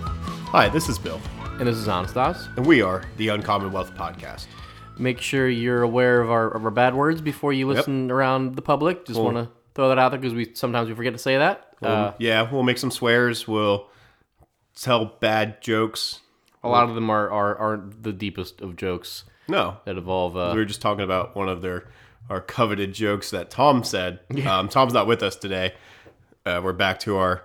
Hi, this is Bill, And this is Anastas. and we are the Uncommonwealth Podcast. Make sure you're aware of our, of our bad words before you listen around the public. Just want to throw that out there because we sometimes we forget to say that. uh, Um, yeah, we'll make some swears. We'll tell bad jokes. a lot of them are, are aren't the deepest of jokes No, that involve. we Uh, were just talking about one of their our coveted jokes that Tom said. Um, Tom's not with us today. Uh, we're back to our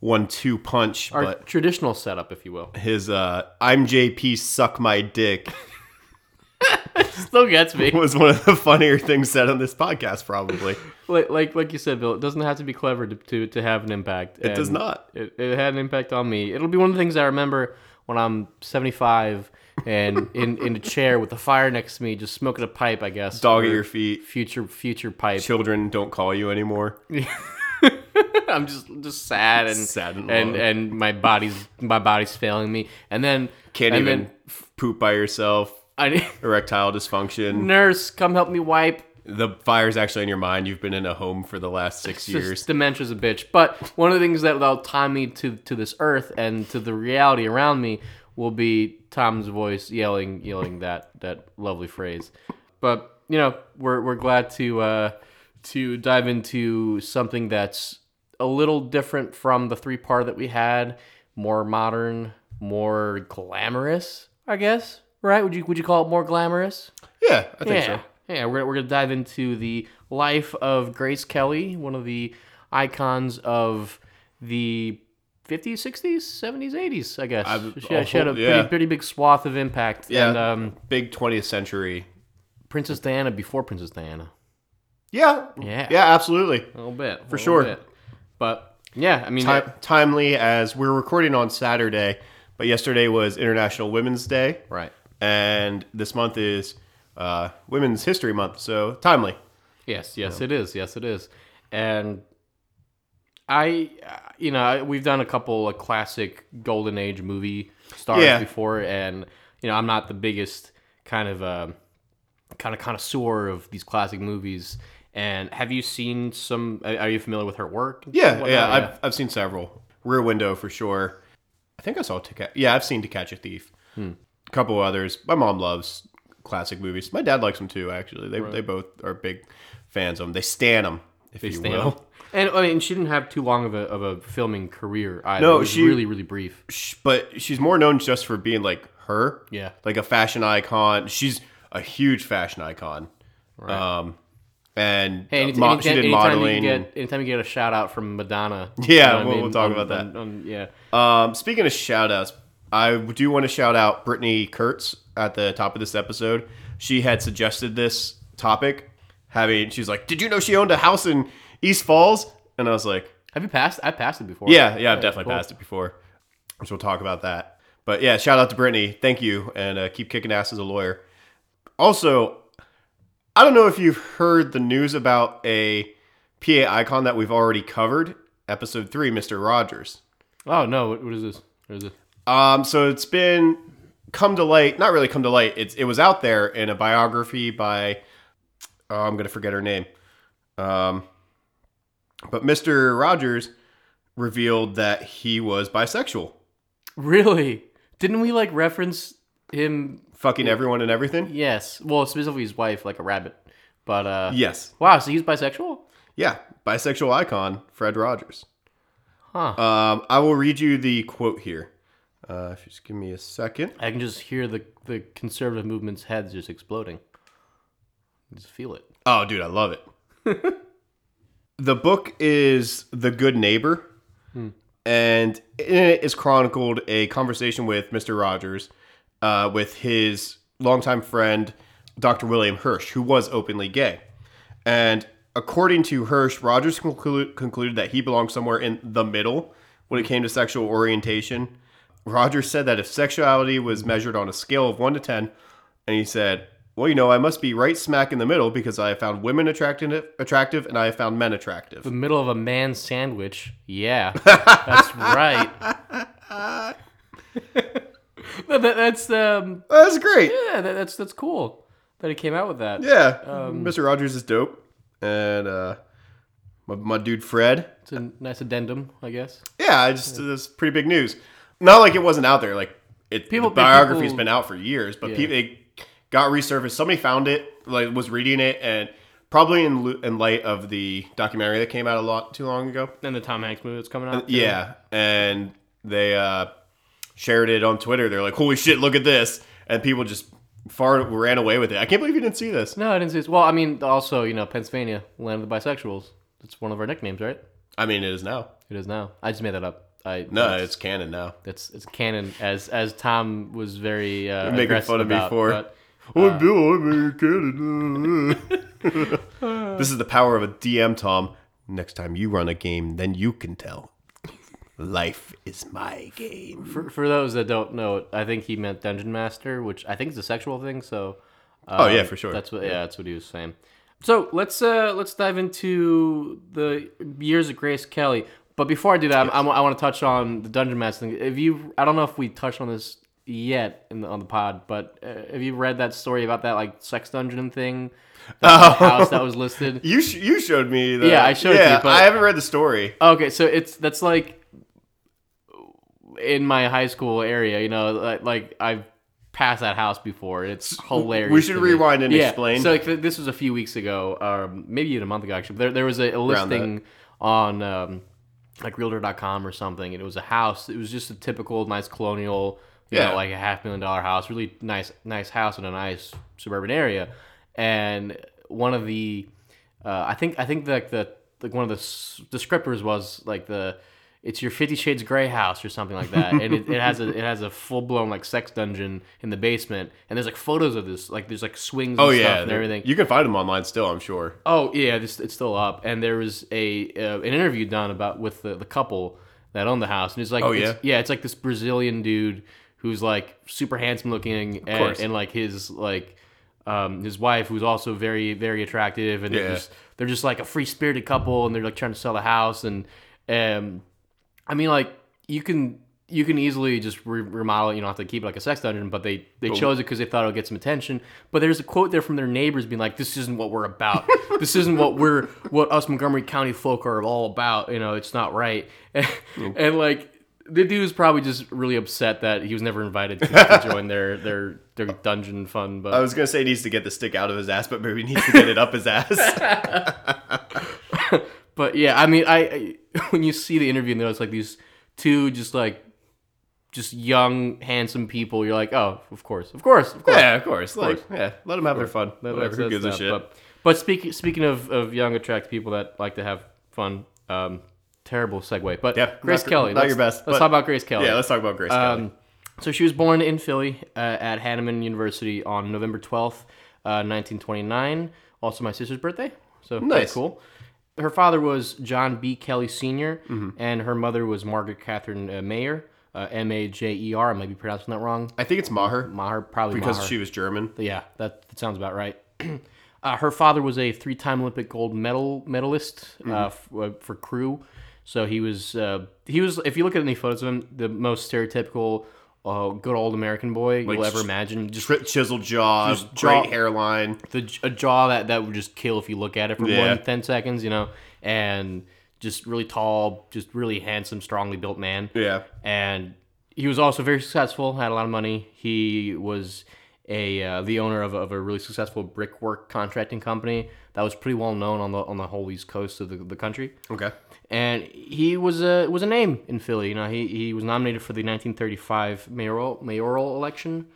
one-two punch, our but traditional setup, if you will, his uh, "I'm JP, suck my dick" still gets me. was one of the funnier things said on this podcast. Probably like, like like you said, Bill, it doesn't have to be clever to to, to have an impact. it does not. It, it had an impact on me. It'll be one of the things I remember when I'm 75 and in, in a chair with a fire next to me, just smoking a pipe. I guess Dog at or your feet. future future pipe. Children don't call you anymore. I'm just just sad and Sad and and, alone. and my body's my body's failing me. And then Can't and even Then poop by yourself. I need- erectile dysfunction. nurse, come help me wipe. The fire's actually in your mind. You've been in a home for the last six Just years. dementia's a bitch. But one of the things that will tie me to to this earth and to the reality around me will be Tom's voice yelling yelling that that lovely phrase. But you know we're we're glad to uh, to dive into something that's a little different from the three part that we had, more modern, more glamorous, I guess. Right? Would you would you call it more glamorous? Yeah, I think yeah. so. Yeah, we're, we're going to dive into the life of Grace Kelly, one of the icons of the 50s, 60s, 70s, 80s, I guess. she, a she had a whole- yeah. pretty, pretty big swath of impact. Yeah. And um, Big 20th century. Princess Diana before Princess Diana. Yeah. Yeah. Yeah, absolutely. A little bit. For sure. But yeah, I mean, Ti- timely as we're recording on Saturday, but yesterday was International Women's Day. right. And this month is uh, Women's History Month. So timely. Yes, yes, it is. Yes, it is. And I, uh, you know, I- we've done a couple of classic golden age movie stars Yeah. before, and you know, I'm not the biggest kind of uh, kind of connoisseur of these classic movies. And have you seen some? Are are you familiar with her work? and Yeah. whatnot? yeah. I've, I've seen several. Rear Window for sure. I think I saw To Catch. Yeah, I've seen To Catch a Thief. Hmm. A couple others. My mom loves classic movies. My dad likes them too. Actually, they they both are big fans of them. They stan them, if you Stan. will. And I mean, she didn't have too long of a, of a filming career either. No, it was she- really really brief. Sh- But she's more known just for being like her. Yeah. like a fashion icon. She's a huge fashion icon. Um, and Hey, uh, any, mo- any- she did anytime modeling. You get, anytime you get a shout out from Madonna, Yeah, what I we'll- we'll talk On- about that. on- on- yeah, Um, speaking of shout outs, I do want to shout out Brittany Kurtz at the top of this episode. She had suggested this topic, having she's like, "Did you know she owned a house in East Falls?" And I was like, have you passed? I passed it before. "Yeah, yeah, I've definitely cool. passed it before." Which we'll talk about that. But yeah, shout out to Brittany. Thank you, and uh, keep kicking ass as a lawyer. Also, I don't know if you've heard the news about a PA icon that we've already covered, episode three, Mister Rogers. Oh no! What, what is this? What is this? Um, so it's been come to light, not really come to light. It's it was out there in a biography by oh, I'm gonna forget her name. Um, but Mr. Rogers revealed that he was bisexual, Really? Didn't we like reference him? fucking everyone and everything. Yes. Well, specifically his wife, like a rabbit. But uh, Yes, wow. So he's bisexual? yeah, bisexual icon Fred Rogers. Huh. Um, I will read you the quote here. Uh, if you just give me a second. I can just hear the the conservative movement's heads just exploding. Just feel it. Oh, dude, I love it. the book is The Good Neighbor, and in it is chronicled a conversation with Mr. Rogers uh, with his longtime friend, Dr. William Hirsch, who was openly gay. And according to Hirsch, Rogers conclu- concluded that he belonged somewhere in the middle when it came to sexual orientation. Rogers said that if sexuality was measured on a scale of 1 to 10, and he said, "Well, you know, I must be right smack in the middle because I have found women attractive, attractive, and I have found men attractive." The middle of a man sandwich. Yeah, that's right. No, that- that's um. That's great. Yeah, that, that's that's cool that he came out with that. Yeah, Um, Mr. Rogers is dope, and uh, my, my dude Fred. It's a nice addendum, I guess. Yeah, I just that's pretty big news. Not like it wasn't out there. Like it, People- the biography has people- been out for years, but Yeah. people it got resurfaced. Somebody found it, like was reading it, and probably in lu- in light of the documentary that came out a lot too long ago. And the Tom Hanks movie that's coming out. too. Uh, Yeah, and they uh, shared it on Twitter. They're like, "Holy shit, look at this!" And people just far ran away with it. I can't believe you didn't see this. No, I didn't see it. Well, I mean, also, you know, Pennsylvania, land of the bisexuals. That's one of our nicknames, right? I mean, it is now. It is now. I just made that up. I No, it's canon now. that's it's canon. As as Tom was very uh, making aggressive fun of me about, for- but- Oh, Bill, I'm in Canada. this is the power of a DM, Tom. Next time you run a game, then you can tell. Life is my game. For, for those that don't know, I think he meant dungeon master, which I think is a sexual thing. So, Oh, um, yeah, for sure. That's what yeah, that's what he was saying. So let's uh let's dive into the years of Grace Kelly. But before I do that, I'm, I want to touch on the dungeon master thing. If you, I don't know if we touched on this yet in the, on the pod, but uh, have you read that story about that like sex dungeon thing, Oh. that house that was listed? You sh- you showed me. The- Yeah, I showed it to yeah, you, but- I haven't read the story. Okay, so it's that's like in my high school area, you know, like, like I've passed that house before. It's hilarious. We should to me. rewind and yeah. explain. So like, th- this was a few weeks ago, um, maybe even a month ago actually. But there, there was a, a Around that. listing on um, like Realtor.com or something, and it was a house. It was just a typical nice colonial, you Yeah. know, like a half million dollar house, really nice, nice house in a nice suburban area. And one of the, uh, I think, I think like the like one of the s- descriptors was like the, it's your Fifty Shades Grey house or something like that, and it, it has a it has a full blown like sex dungeon in the basement, and there's like photos of this, like there's like swings. And Oh stuff yeah, and everything. You can find them online still. I'm sure. Oh yeah, this, it's still up. And there was a uh, an interview done about with the, the couple that owned the house, and it's like, Oh, it's, yeah, it's like this Brazilian dude who's like super handsome looking, and, course. and like his like um, his wife who's also very very attractive, and they're Yeah. just they're just like a free spirited couple, and they're like trying to sell the house, and um, I mean like you can. You can easily just re- remodel it. You don't have to keep it like a sex dungeon, but they, they chose it because they thought it would get some attention. But there's a quote there from their neighbors being like, "This isn't what we're about. this isn't what we're what us Montgomery County folk are all about. You know, it's not right." And, and, like the dude was probably just really upset that he was never invited to, to join their their their dungeon fun. But I was gonna say he needs to get the stick out of his ass, but maybe he needs to get it up his ass. But yeah, I mean, I, I when you see the interview and there was like these two just like just young handsome people, you're like, oh, of course, of course, of course. yeah, of course. Like, yeah, let them have their fun. That- Whatever. that's- Who gives a that's shit? not- But, but speaking speaking of, of young attractive people that like to have fun, um, terrible segue. But Yeah, Grace not your- Kelly, not let's- your best, Let's but- talk about Grace Kelly. yeah, let's talk about Grace Kelly. Um, so she was born in Philly uh, at Hanneman University on November 12th, uh, 1929. Also my sister's birthday. So pretty Nice. cool. Her father was John B. Kelly senior Mm-hmm. and her mother was Margaret Catherine uh, Mayer, uh, M A J E R. I might be pronouncing that wrong. I think it's Maher Maher, probably because Maher. she was German. Yeah, that, that sounds about right. uh, her father was a three-time Olympic gold medal medalist uh, f- uh, for crew, so he was uh, he was. If you look at any photos of him, the most stereotypical uh, good old American boy you'll ever ch- imagine. Just Tri- chiseled jaw, great jaw- hairline. the j- a jaw that that would just kill if you look at it for more Yeah. than ten seconds, you know, and just really tall, just really handsome, strongly built man. Yeah. and he was also very successful had a lot of money he was a uh, the owner of, a- of a really successful brickwork contracting company that was pretty well known on the on the whole east coast of the, the country Okay. and he was a was a name in Philly. You know, he, he was nominated for the 1935 mayoral mayoral election,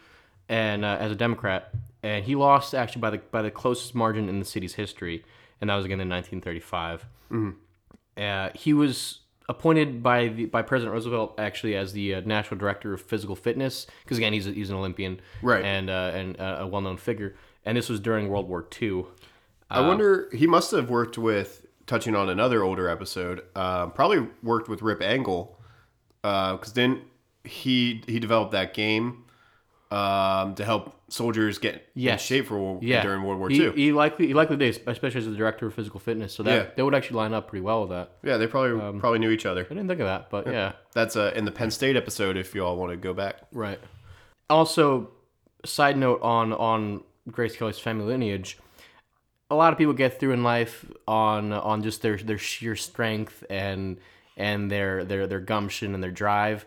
and uh, as a Democrat, and he lost actually by the by the closest margin in the city's history, and that was again in 1935. Uh, he was appointed by the by President Roosevelt actually as the uh, national director of physical fitness because again he's a, he's an Olympian, Right. and uh, and uh, a well known figure, and this was during World War II. Um, I wonder he must have worked with touching on another older episode. Uh, probably worked with Rip Angle because then he he developed that game um, to help soldiers get Yes. in shape for wo- during World War he, II. He likely he likely did, especially as the director of physical fitness. So that Yeah. that would actually line up pretty well with that. yeah, they probably um, probably knew each other. I didn't think of that, but yeah, That's uh, in the Penn State episode. If you all want to go back, right. Also, side note on on Grace Kelly's family lineage. A lot of people get through in life on on just their their sheer strength and and their their their gumption and their drive.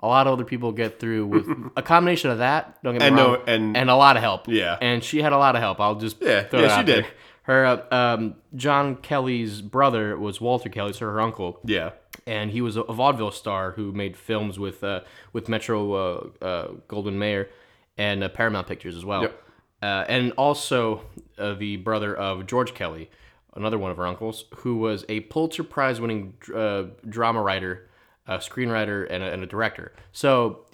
a lot of other people get through with a combination of that. Don't get me And wrong, no- and- a lot of help. Yeah. and she had a lot of help. I'll just Yeah, throw yeah, that she out there. did. Her uh, um, John Kelly's brother was Walter Kelly, so her uncle, Yeah. and he was a, a vaudeville star who made films with uh, with Metro uh, uh, Goldwyn Mayer and uh, Paramount Pictures as well, Yep. uh, and also uh, the brother of George Kelly, another one of her uncles, who was a Pulitzer Prize winning uh, drama writer, a screenwriter, and a, and a director. So.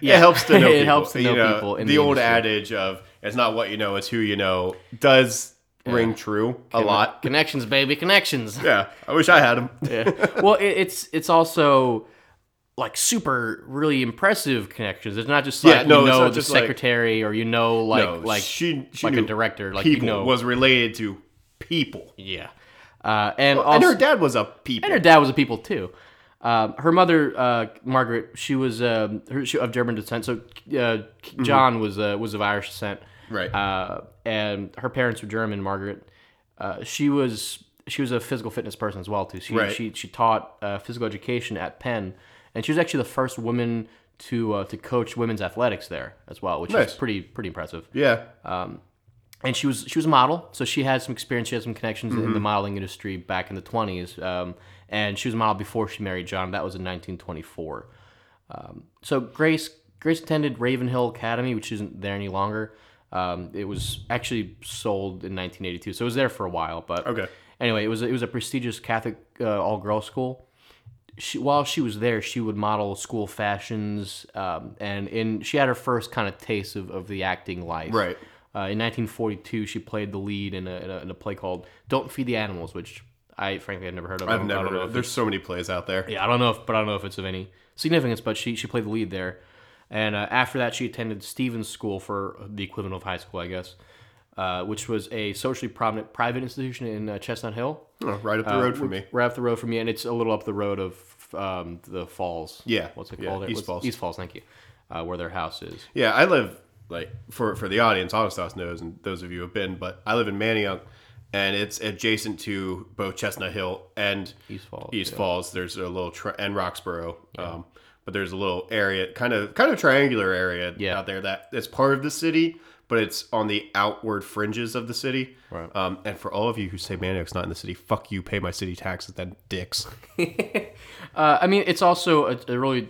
It helps to know it people. helps to know you know, people in the, old industry. adage of it's not what you know, it's who you know does ring true a lot. connections, baby, connections. Yeah. I wish I had them. Yeah. well, it, it's it's also like super really impressive connections. It's not just like Yeah, no, you it's know not the just like- secretary or you know like No, like she- she like a knew director like people you know was related to people. yeah. Uh, And and also, her dad was a people. and her dad was a people too. Um, her mother, uh, Margaret, she was um, her, she, of German descent. So uh, John was uh, was of Irish descent, Mm-hmm. Right. Uh, and her parents were German. Margaret, uh, she was she was a physical fitness person as well too. She Right. she, she taught uh, physical education at Penn, and she was actually the first woman to uh, to coach women's athletics there as well, which is Nice. pretty pretty impressive yeah. and she was she was a model, so she had some experience. She had some connections in the modeling industry back in the twenties, um, and she was a model before she married John. That was in 1924. Um, so Grace Grace attended Ravenhill Academy, which isn't there any longer. Um, it was actually sold in 1982, so it was there for a while. But Okay. anyway, it was it was a prestigious Catholic uh, all girls school. She, while she was there, she would model school fashions, um, and in she had her first kind of taste of, of the acting life. Right. Uh, in 1942, she played the lead in a, in a, in a play called "Don't Feed the Animals," which I frankly had never heard of. I I've don't- I never don't know known. if There's so many plays out there. yeah, I don't know if, but I don't know if it's of any significance. But she she played the lead there, and uh, after that, she attended Stevens School for the equivalent of high school, I guess, uh, which was a socially prominent private institution in uh, Chestnut Hill, Oh, right up the uh, road from me. right up the road from me, and it's a little up the road of um, the Falls. Yeah, what's it yeah, called? there? East What's- Falls. East Falls. Thank you. Uh, where their house is. Yeah, I live like for for the audience, Anastas knows, and those of you who have been, but I live in Manayunk, and it's adjacent to both Chestnut Hill and East Falls, East Falls. There's a little tri- and Roxborough, um, but there's a little area, kind of kind of triangular area Yeah. out there that it's part of the city, but it's on the outward fringes of the city. Right. Um, and for all of you who say Maniac's not in the city, fuck you, pay my city taxes, then dicks. Uh, I mean, it's also a, a really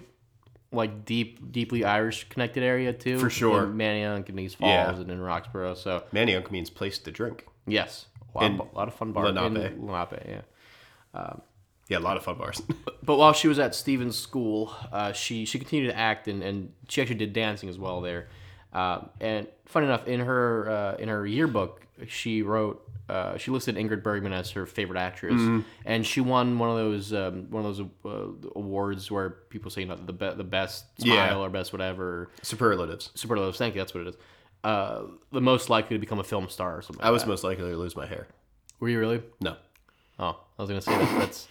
like deep, deeply Irish connected area too. For sure. in Manayunk and East Falls Yeah. and in Roxborough. So Maniac means place to drink. yes, a lot, a lot of fun bars in Lenape. Lenape, yeah. Yeah, a lot of fun bars. But while she was at Stevens School, uh, she she continued to act and, and she actually did dancing as well there. Uh, and fun enough, in her uh, in her yearbook, she wrote uh, she listed Ingrid Bergman as her favorite actress, Mm-hmm. and she won one of those um, one of those uh, awards where people say you know, the be- the best smile Yeah. or best whatever Superlatives. superlatives. Thank you, that's what it is. Uh, the most likely to become a film star or something. I like was most likely to lose my hair. that. Were you really? No, Oh, I was gonna say that. That's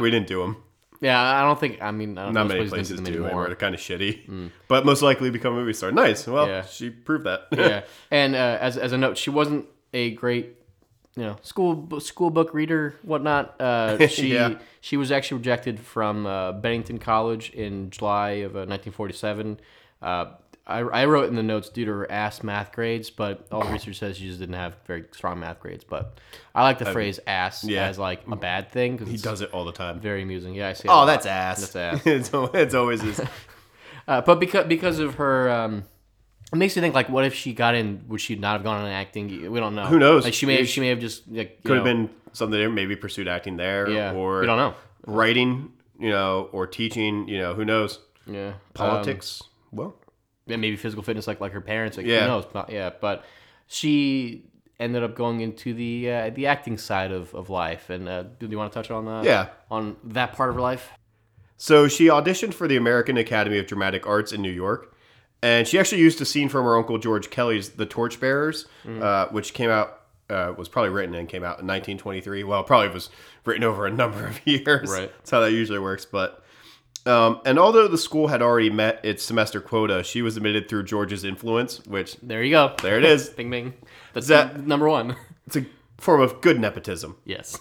we didn't do them. yeah. I don't think. I mean, I don't Not know, many suppose you places didn't do anymore. Mm. anymore. They're kind of shitty, but most likely become a movie star. Nice. Well, Yeah. she proved that. yeah. And uh, as, as a note, she wasn't a great, you know, school bu- school book reader, whatnot. Uh, she Yeah. she was actually rejected from uh, Bennington College in July of uh, 1947. Uh, I, I wrote in the notes due to her ass math grades, but all the research says she just didn't have very strong math grades. But I like the phrase "ass" yeah. as like a bad thing because he it's does it all the time. very amusing. Yeah, I see. it a Oh, lot. that's ass. That's ass. it's, al- it's always his. Uh, but because because of her, um, it makes me think like, what if she got in? Would she not have gone in acting? We don't know. Who knows? Like she may have, she may have just like you Could have know, been something. there, Maybe pursued acting there, Yeah. or we don't know. Writing, you know, or teaching, you know, who knows? Um, Yeah, Politics. well, Um, and maybe physical fitness, like like her parents. Like, Yeah. Who knows? Not, yeah, but she ended up going into the uh, the acting side of, of life. And uh, do you want to touch on uh, yeah. on that part of her life? So she auditioned for the American Academy of Dramatic Arts in New York, and she actually used a scene from her uncle George Kelly's *The Torchbearers*, uh, which came out uh, was probably written and came out in 1923. Well, probably was written over a number of years. Right. That's how that usually works. But um, and although the school had already met its semester quota, she was admitted through George's influence, which There you go. there it is. Bing bing. That's That- n- number one. It's a form of good nepotism yes.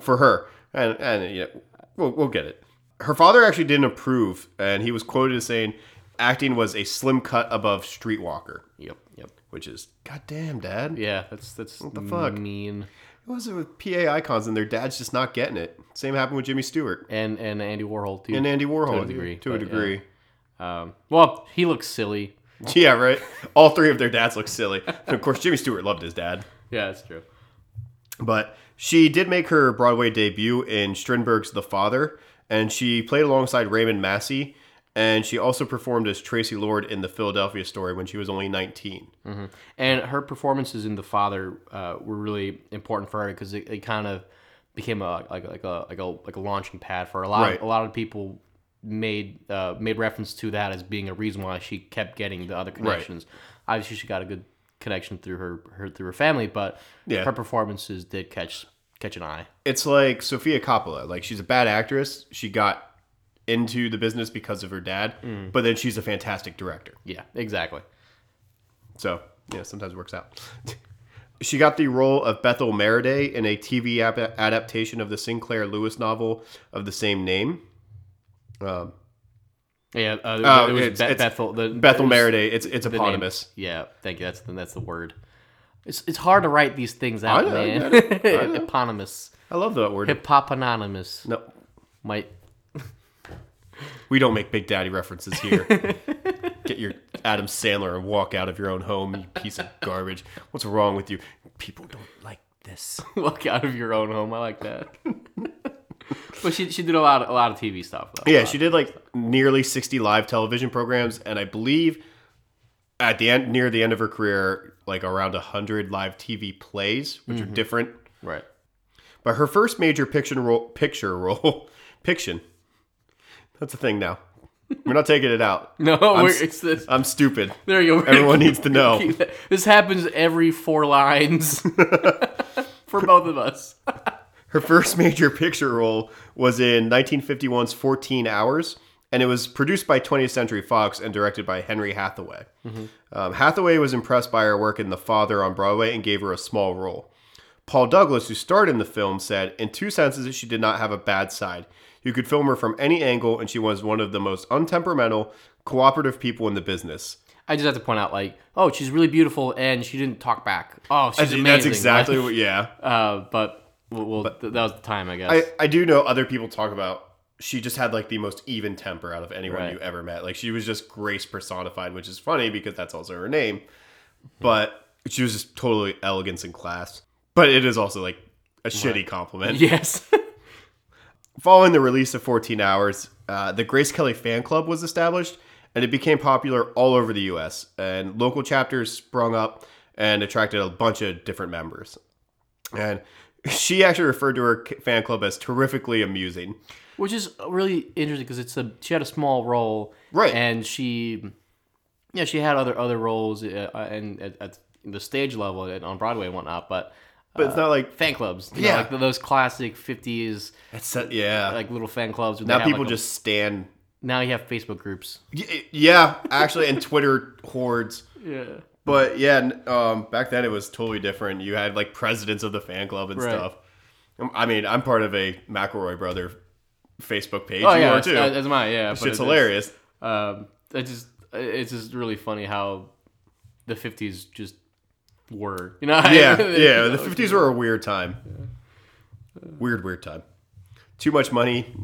for her, and and you know, we'll, we'll get it. her father actually didn't approve, and he was quoted as saying, "Acting was a slim cut above Streetwalker," Yep. Yep. which is goddamn dad. Yeah. That's that's what the fuck? mean. What was it with PA icons and their dad's just not getting it? Same happened with Jimmy Stewart And and Andy Warhol too. and Andy Warhol To a degree, To a but, yeah. degree. um, well, he looks silly. Yeah. right. All three of their dads look silly. and of course, Jimmy Stewart loved his dad. Yeah, that's true. But she did make her Broadway debut in Strindberg's The Father, and she played alongside Raymond Massey, and she also performed as Tracy Lord in The Philadelphia Story when she was only 19. And her performances in The Father uh, were really important for her because it, it kind of became a like like a like a like a launching pad for her. a lot. Right. Of, a lot of people made uh, made reference to that as being a reason why she kept getting the other connections. Obviously, she got a good connection through her, her through her family, but Yeah. her performances did catch catch an eye. It's like Sofia Coppola. Like, she's a bad actress. She got into the business because of her dad, Mm. but then she's a fantastic director. Yeah, exactly. So, yeah, sometimes it works out. she got the role of Bethel Maraday in a TV ap- adaptation of the Sinclair Lewis novel of the same name. Yeah, uh, Oh, it was it's- Be- it's Bethel. The, Bethel it was- Maraday, it's it's the name. eponymous. Yeah, thank you. That's the, that's the word. It's, it's hard to write these things out, know, I man. know, I know. Eponymous, I love that word. hip hop anonymous. No, Might we don't make Big Daddy references here. Get your Adam Sandler and walk out of your own home, you piece of garbage. What's wrong with you? People don't like this. walk out of your own home. I like that. but she she did a lot of, a lot of TV stuff though. Yeah, she did like nearly 60 live television programs, and I believe at the end, near the end of her career, like around 100 live TV plays, which Mm-hmm. are different. Right. But her first major picture role, picture role, piction. That's a thing now. We're not taking it out. No, we're, s- it's this. I'm stupid. There you go. Everyone needs to know. This happens every four lines for both of us. Her first major picture role was in 1951's 14 Hours, and it was produced by 20th Century Fox and directed by Henry Hathaway. Um, Hathaway was impressed by her work in The Father on Broadway and gave her a small role. Paul Douglas, who starred in the film, said, In two senses, she did not have a bad side. You could film her from any angle, and she was one of the most untemperamental, cooperative people in the business. I just have to point out, like, oh, she's really beautiful, and she didn't talk back. Oh, she's amazing. That's Like, exactly what, yeah. Uh, but well, well th- that was the time, I guess. I, I do know other people talk about she just had like the most even temper out of anyone Right. you ever met. Like she was just grace personified, which is funny because that's also her name. But she was just totally elegance and class. But it is also like a shitty compliment. yes. Following the release of 14 Hours, uh, the Grace Kelly fan club was established and it became popular all over the US. And local chapters sprung up and attracted a bunch of different members. And she actually referred to her c- fan club as terrifically amusing. Which is really interesting because it's a she had a small role, Right. And she, yeah, she had other other roles uh, uh, and at, at the stage level and on Broadway and whatnot, but. But it's not like Fan clubs, you know, Yeah. like those classic '50s, it's a- yeah. Uh, like little fan clubs. where they now have, people like, a- just stand. now you have Facebook groups. Y- Yeah, actually, and Twitter hordes. Yeah, But yeah, n- um, back then it was totally different. You had like presidents of the fan club and Right. stuff. Um, I mean, I'm part of a McElroy brother Facebook page. oh you yeah, are too. that's, that's mine. Yeah, but Shit's it- hilarious. Um, it's just it's just really funny how the '50s just were, you know? Yeah, yeah. The 50s were a weird time. Weird, weird time. Too much money.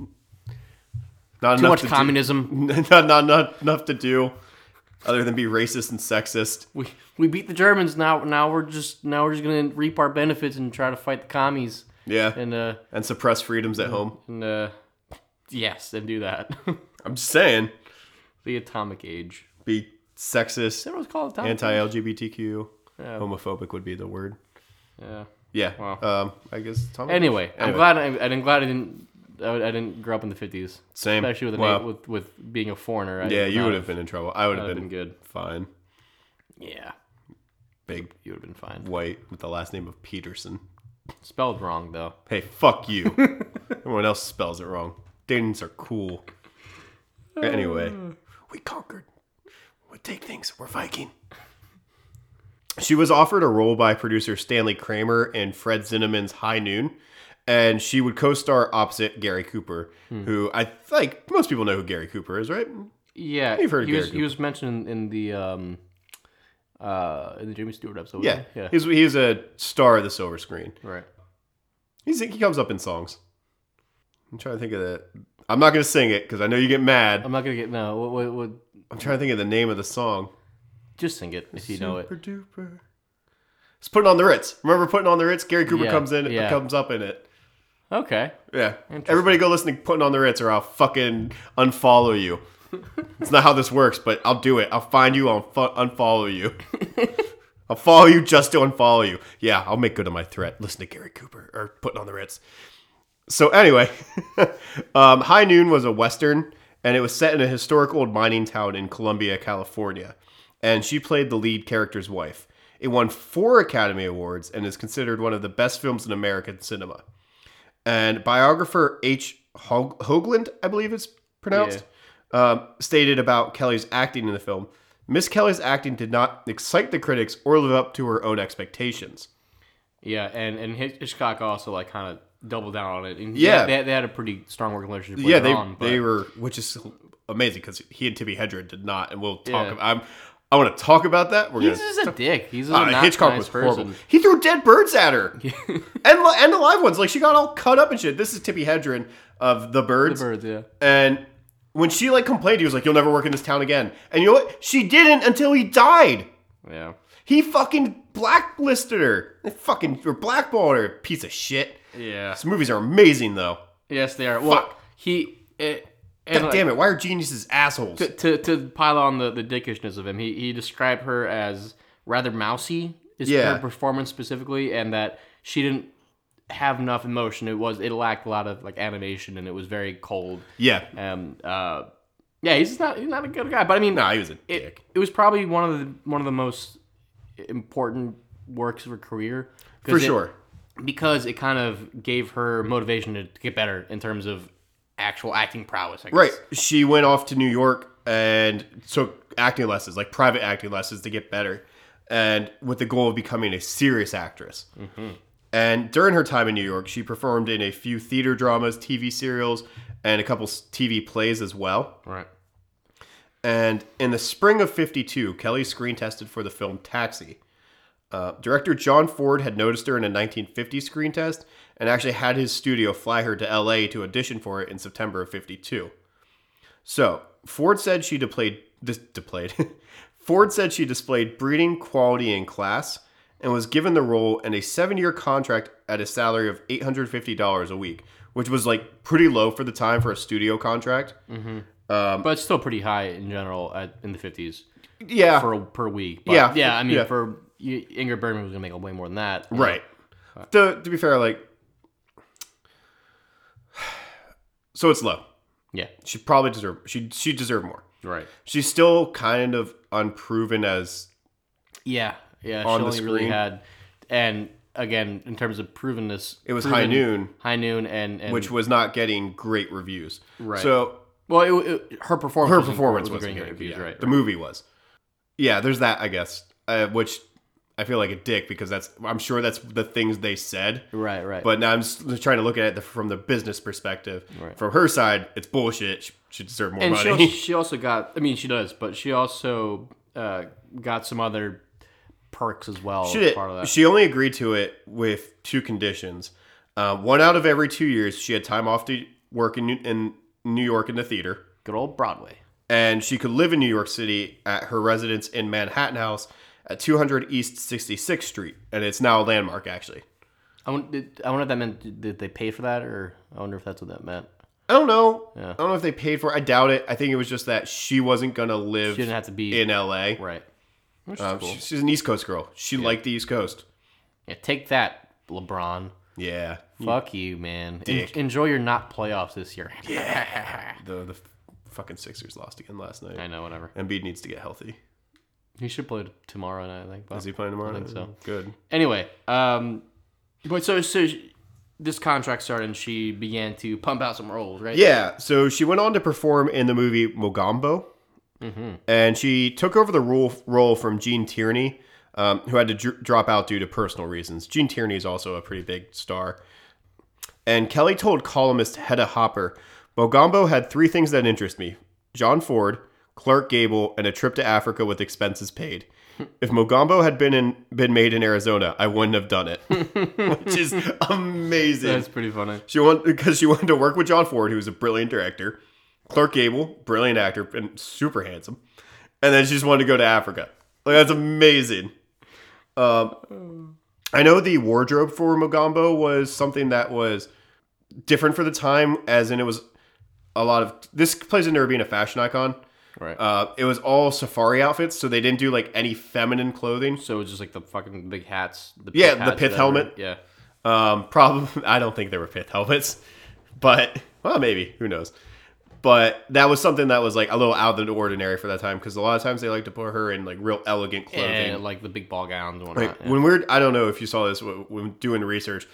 Not Too enough much to communism. Do, not, not, not enough to do, other than be racist and sexist. We we beat the Germans. Now now we're just now we're just gonna reap our benefits and try to fight the commies Yeah, and, and uh suppress freedoms at home. and uh yes and do that. I'm just saying, the atomic age. be sexist, Everyone's called atomic. anti-LGBTQ, Yeah. homophobic would be the word. yeah. Yeah. Wow. Um, I guess. Tom, Anyway, I'm Anyway. glad I, I'm glad I didn't I, I didn't grow up in the fifties, Same. especially with, an, Wow. with with being a foreigner. I yeah, did you not- would have been in trouble. I would have I'd have been, been good. Fine. Yeah, Big you would have been fine. white with the last name of Peterson. Spelled wrong though. Hey, fuck you. Everyone else spells it wrong. Danes are cool. Anyway, we conquered. We take things. We're Viking. She was offered a role by producer Stanley Kramer in Fred Zinnemann's High Noon, and she would co-star opposite Gary Cooper, who I think most people know who Gary Cooper is, right? Yeah, You've heard of he Gary was he was mentioned in the um, uh, in the Jimmy Stewart episode. Yeah, wasn't he? yeah, He's he's a star of the silver screen. right. He's, he comes up in songs. I'm trying to think of the. I'm not gonna sing it because I know you get mad. I'm not gonna get no. What, what, what, I'm trying to think of the name of the song. just sing it if you know it. Super duper. It's putting on the Ritz. Remember putting on the Ritz? Gary Cooper Yeah, comes in, yeah. comes up in it. Okay, Yeah. Everybody go listen to putting on the Ritz, or I'll fucking unfollow you. it's not how this works, but I'll do it. I'll find you. I'll fu- unfollow you. I'll follow you just to unfollow you. Yeah, I'll make good on my threat. Listen to Gary Cooper or putting on the Ritz. So anyway, um, High Noon was a western, and it was set in a historic old mining town in Columbia, California. And she played the lead character's wife. It won four Academy Awards and is considered one of the best films in American cinema. And biographer H. Hog- Hoagland, I believe it's pronounced, um, stated about Kelly's acting in the film. Miss Kelly's acting did not excite the critics or live up to her own expectations. yeah, and and Hitch- Hitchcock also like kind of doubled down on it. And Yeah. they, they had a pretty strong working relationship. yeah, later they on, but they were, which is amazing because he and Tibby Hedren did not, and we'll talk. Yeah. About, I'm I want to talk about that. We're He's gonna. just a dick. He's just Ah, a not Hitchcock nice was person. horrible. He threw dead birds at her, and li- and alive ones. Like she got all cut up and shit. This is Tippi Hedren of the birds, Birds, yeah. and when she like complained, he was like, "You'll never work in this town again." And you know what? She didn't until he died. Yeah. He fucking blacklisted her. They fucking or blackballed her. Piece of shit. Yeah. His movies are amazing though. Yes, they are. Well, Fuck. he it, and God like, damn it! Why are geniuses assholes? to to pile on the the dickishness of him, he he described her as rather mousy. Is Yeah. her performance specifically, and that she didn't have enough emotion. It was it lacked a lot of like animation, and it was very cold. yeah. Um. Uh. Yeah, he's just not he's not a good guy. But I mean, Nah, he was a dick. it, it was probably one of the one of the most important works of her career. 'cause For it- sure. because it kind of gave her motivation to get better in terms of actual acting prowess. I guess. Right. She went off to New York and took acting lessons, like private acting lessons to get better, and with the goal of becoming a serious actress. And during her time in New York, she performed in a few theater dramas, TV serials, and a couple s- TV plays as well. Right. And in the spring of 52, Kelly screen tested for the film Taxi. Uh, director John Ford had noticed her in a 1950 screen test and actually had his studio fly her to LA to audition for it in September of 52. So, Ford said she displayed, dis, displayed. Ford said she displayed breeding, quality, and class and was given the role and a seven year contract at a salary of $850 a week, which was like pretty low for the time for a studio contract. Um, but it's still pretty high in general at, in the fifties Yeah. for per week. But Yeah, yeah. I mean, yeah. for you, Ingrid Bergman was gonna make way more than that. Right. Uh, To, to be fair, like, so it's low. Yeah. She probably deserved she she deserved more. Right. She's still kind of unproven as Yeah. On Yeah. she the only really screen. had, and again, in terms of provenness, it was proven- High Noon, High noon, and, and which was not getting great reviews. Right. So well, it, it, her performance. her was performance was getting not great reviews, right? The movie was. Yeah, there's that I guess, uh, which I feel like a dick because that's I'm sure that's the things they said. Right. Right. But now I'm just trying to look at it from the business perspective. Right. From her side, it's bullshit. She, she deserved more and money. she also, she also got. I mean, she does, but she also uh, got some other perks as well. She as did- part of that. She only agreed to it with two conditions. Uh, one out of every two years, she had time off to work in New, in New York in the theater, Good old Broadway. and she could live in New York City at her residence in Manhattan House at 200 East 66th Street, and it's now a landmark actually. I wonder, I wonder if that meant did they pay for that, or I wonder if that's what that meant. I don't know. Yeah. I don't know if they paid for. it. I doubt it. I think it was just that she wasn't gonna live She didn't have to be in L.A. right. Which Um, is cool. she- she's an East Coast girl. She liked the East Coast. Yeah, take that, LeBron. Yeah. Fuck you, man. En- dick. enjoy your not playoffs this year. The the fucking Sixers lost again last night. I know, whatever. Embiid needs to get healthy. He should play t- tomorrow night, I think. But Is he playing tomorrow? I think so. Good. anyway, um, but so so she- this contract started, and she began to pump out some roles, right? Yeah. So she went on to perform in the movie Mogambo, Mm-hmm. and she took over the role role from Gene Tierney, um, who had to dr- drop out due to personal reasons. Gene Tierney is also a pretty big star. And Kelly told columnist Hedda Hopper, Bogombo had three things that interest me John Ford, Clark Gable, and a trip to Africa with expenses paid. If Mogombo had been in, been made in Arizona, I wouldn't have done it, which is amazing. That's pretty funny. She wanted because she wanted to work with John Ford, who was a brilliant director, Clark Gable, brilliant actor and super handsome, and then she just wanted to go to Africa. Like that's amazing. Um, I know the wardrobe for Mogambo was something that was different for the time, as in it was a lot of this plays into her being a fashion icon. Right. Uh, it was all safari outfits, so they didn't do like any feminine clothing. so it was just like the fucking big hats. The Yeah, pith the hats pith that helmet. were- Yeah. Um, probably, I don't think there were pith helmets, but well, maybe who knows. But that was something that was like a little out of the ordinary for that time because a lot of times they like to put her in like real elegant clothing. And like the big ball gowns and like whatnot. yeah. when we're, I don't know if you saw this when when doing research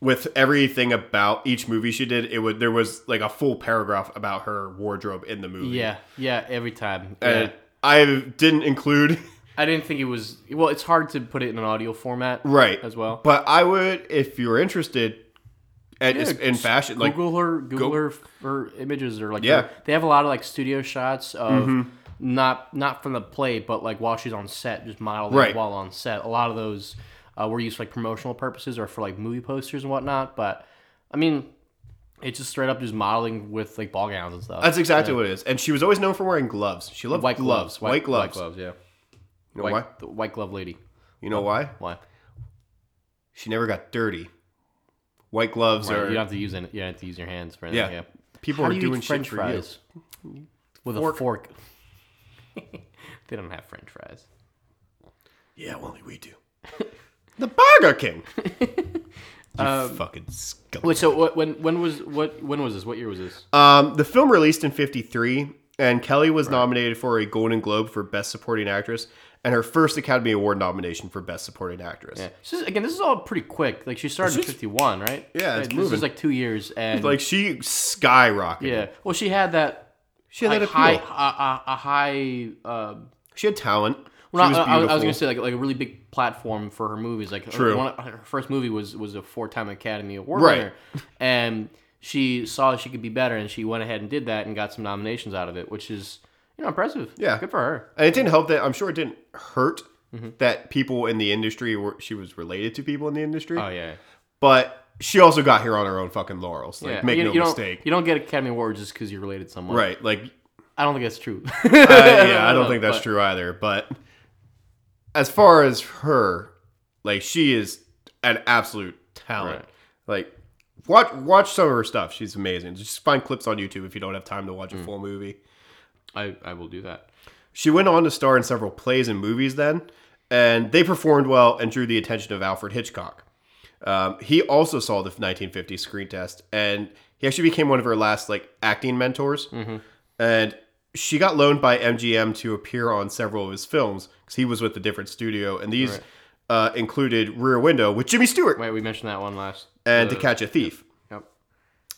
with everything about each movie she did, it would there was like a full paragraph about her wardrobe in the movie. yeah. Yeah. Every time. and yeah. I didn't include I didn't think it was. Well, it's hard to put it in an audio format. right As well. but I would if you're interested. At, Yeah, in just fashion, like Google her, Google her, her images or like Yeah. Mm-hmm. her- they have a lot of like studio shots of not not from the play, but like while she's on set, just modeling Right. while on set. A lot of those uh, were used for like promotional purposes or for like movie posters and whatnot. But I mean, it's just straight up just modeling with like ball gowns and stuff. That's exactly what it is. And she was always known for wearing gloves. She loved white gloves, White, gloves. white gloves, yeah. You know White, why? the white glove lady. You know why? Why? She never got dirty. White gloves Right, are you don't have to use any, you don't have to use your hands for yeah. anything. Yeah. People How are do you doing eat French shit fries? With Fork. a fork. they don't have French fries. for you. Yeah, only we do. the Burger King. you Um, fucking scum. Wait, so what, when when was what when was this? What year was this? Um, the film released in '53, and Kelly was nominated for a Golden Globe for Best Supporting Actress and her first Academy Award nomination for Best Supporting Actress. This is- again, this is all pretty quick. Like she started in fifty one, right? Yeah, Like, it's this moving. is like two years, and Like she skyrocketed. yeah, well, she had that She had like, that high, appeal. a, a, a high. Uh, She had talent. well, she not- I, I was I beautiful. was gonna say like like a really big platform for her movies. Like True. Her, one of- her first movie was was a four time Academy Award Right. winner, and she saw she could be better, and she went ahead and did that, and got some nominations out of it, which is you know impressive. Yeah. good for her. And it didn't help that I'm sure it didn't hurt Mm-hmm. that people in the industry were she was related to people in the industry. Oh yeah. But she also got here on her own fucking laurels. Like Yeah, make you, no you don't- mistake. You don't get Academy Awards just because you're related to someone. right. Like I don't think that's true. I, yeah, I don't think that's But- true either, but as far as her, like she is an absolute talent. Right. Like watch watch some of her stuff. She's amazing. Just find clips on YouTube if you don't have time to Mm. watch a full movie. I, I will do that. She went on to star in several plays and movies then, and they performed well and drew the attention of Alfred Hitchcock. Um, he also saw the 1950 screen test, and he actually became one of her last like acting mentors. Mm-hmm. And she got loaned by MGM to appear on several of his films because he was with a different studio, and these uh, included Rear Window with Jimmy Stewart Wait, we mentioned that one last. and uh, To Catch a Thief. yep.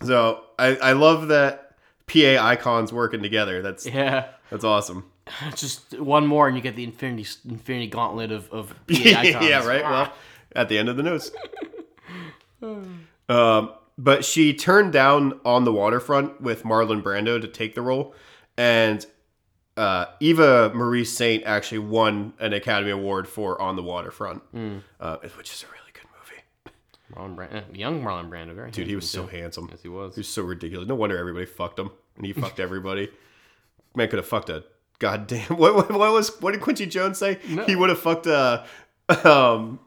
So I, I love that PA icons working together. That's Yeah, that's awesome. just one more, and you get the Infinity Infinity Gauntlet of of PA icons. yeah, right. Well, at the end of the notes. um, but she turned down on the waterfront with Marlon Brando to take the role, and uh, Eva Marie Saint actually won an Academy Award for On the Waterfront, uh, which is a really good movie. Marlon Brand, eh, young Marlon Brando, very Dude, he was so handsome. yes, he was. He was so ridiculous. No wonder everybody fucked him, and he fucked everybody. Man could have fucked a goddamn. What, what, what was? What did Quincy Jones say? He would have fucked a um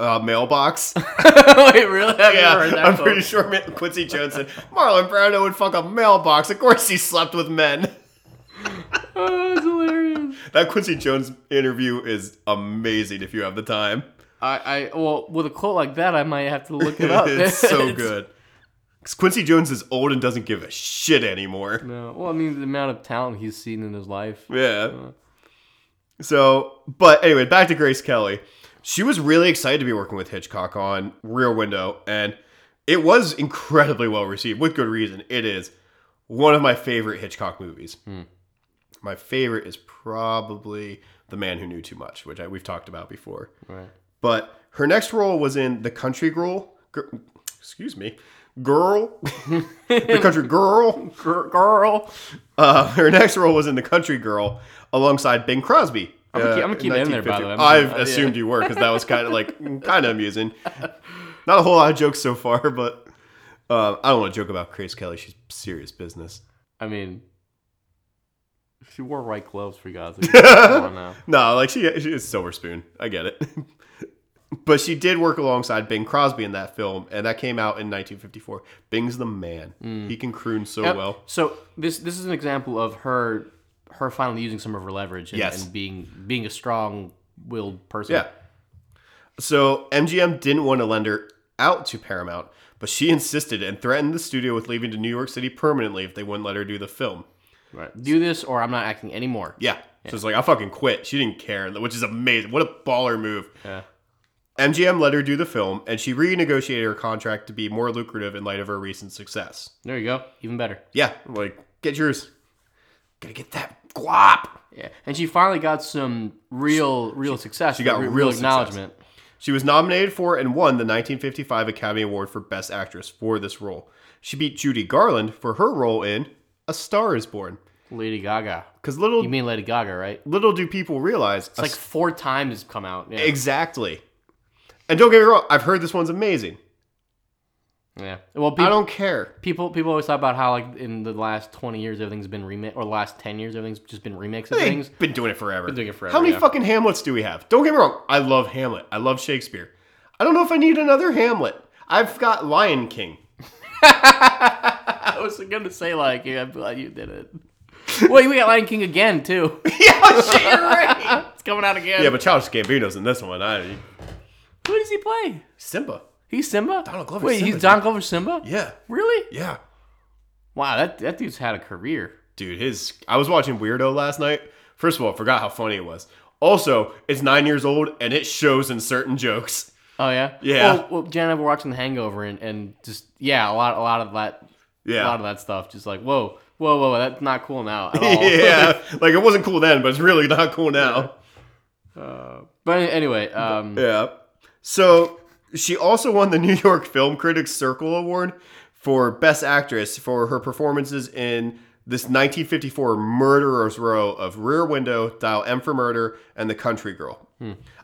a mailbox. Wait, really? I've yeah, never heard that I'm quote. pretty sure Ma- Quincy Jones said Marlon Brando would fuck a mailbox. Of course, he slept with men. Oh, that's hilarious. That Quincy Jones interview is amazing if you have the time. I, I well, with a quote like that, I might have to look it up. it's so It's- good. 'Cause Quincy Jones is old and doesn't give a shit anymore. No, well, I mean the amount of talent he's seen in his life. Yeah. Uh. So, but anyway, back to Grace Kelly. She was really excited to be working with Hitchcock on Rear Window, and it was incredibly well received with good reason. It is one of my favorite Hitchcock movies. My favorite is probably The Man Who Knew Too Much, which I, we've talked about before. Right. But her next role was in The Country Girl. gr- Excuse me. girl, the country girl. Gir- Girl. Uh, her next role was in The Country Girl alongside Bing Crosby. uh, I'm gonna keep- I'm gonna keep it in there, by the way. I'm i have sorry. Uh, yeah. assumed you were because that was kind of like kind of amusing. Not a whole lot of jokes so far, but uh, I don't want to joke about Grace Kelly. She's serious business. I mean, she wore white gloves for God's sake. Come on now. No, like she she is Silver Spoon. I get it. but she did work alongside Bing Crosby in that film, and that came out in 1954. Bing's the man. He can croon so Mm. Yep. Oh, well. So this this is an example of her her finally using some of her leverage and, Yes. and being being a strong willed person. Yeah. So MGM didn't want to lend her out to Paramount, but she insisted and threatened the studio with leaving to New York City permanently if they wouldn't let her do the film. Right. Do this or I'm not acting anymore. Yeah. So it's like, I fucking quit. She didn't care, which is amazing. What a baller move. Yeah. MGM let her do the film, and she renegotiated her contract to be more lucrative in light of her recent success. There you go. Even better. Yeah, like, get yours. Gotta get that guap. Yeah. And she finally got some real real success. She got real success. acknowledgement. She was nominated for and won the 1955 Academy Award for Best Actress for this role. She beat Judy Garland for her role in A Star Is Born. Lady Gaga. Because little You mean Lady Gaga, right? little do people realize It's like four times come out. Yeah. exactly. And don't get me wrong, I've heard this one's amazing. yeah. Well, I people, don't care. people people always talk about how like in the last 20 years everything's been remixed or the last 10 years everything's just been remixed of things. They've been doing it forever. Been doing it forever, How many yeah. fucking Hamlets do we have? Don't get me wrong, I love Hamlet. I love Shakespeare. I don't know if I need another Hamlet. I've got Lion King. I was gonna say like yeah, I'm glad you did it. Wait, we got Lion King again too. yeah, shit, you're right. it's coming out again. yeah, but Childish Gambino's in this one. I who does he play? Simba. He's Simba. Donald Glover's Wait, Simba, he's Don Glover's Simba. Yeah, Really? yeah. Wow, that that dude's had a career. dude his i was watching weirdo last night first of all forgot how funny it was also it's nine years old and it shows in certain jokes Oh yeah. Yeah. Well, well Jan and I were watching The Hangover and, and just yeah, a lot a lot of that a lot yeah of that stuff. Just like whoa whoa whoa, that's not cool now at all. yeah like it wasn't cool then but it's really not cool now but anyway, um, yeah, so she also won the new york film critics circle award for best actress for her performances in this 1954 murderers row of rear window dial m for murder and the country girl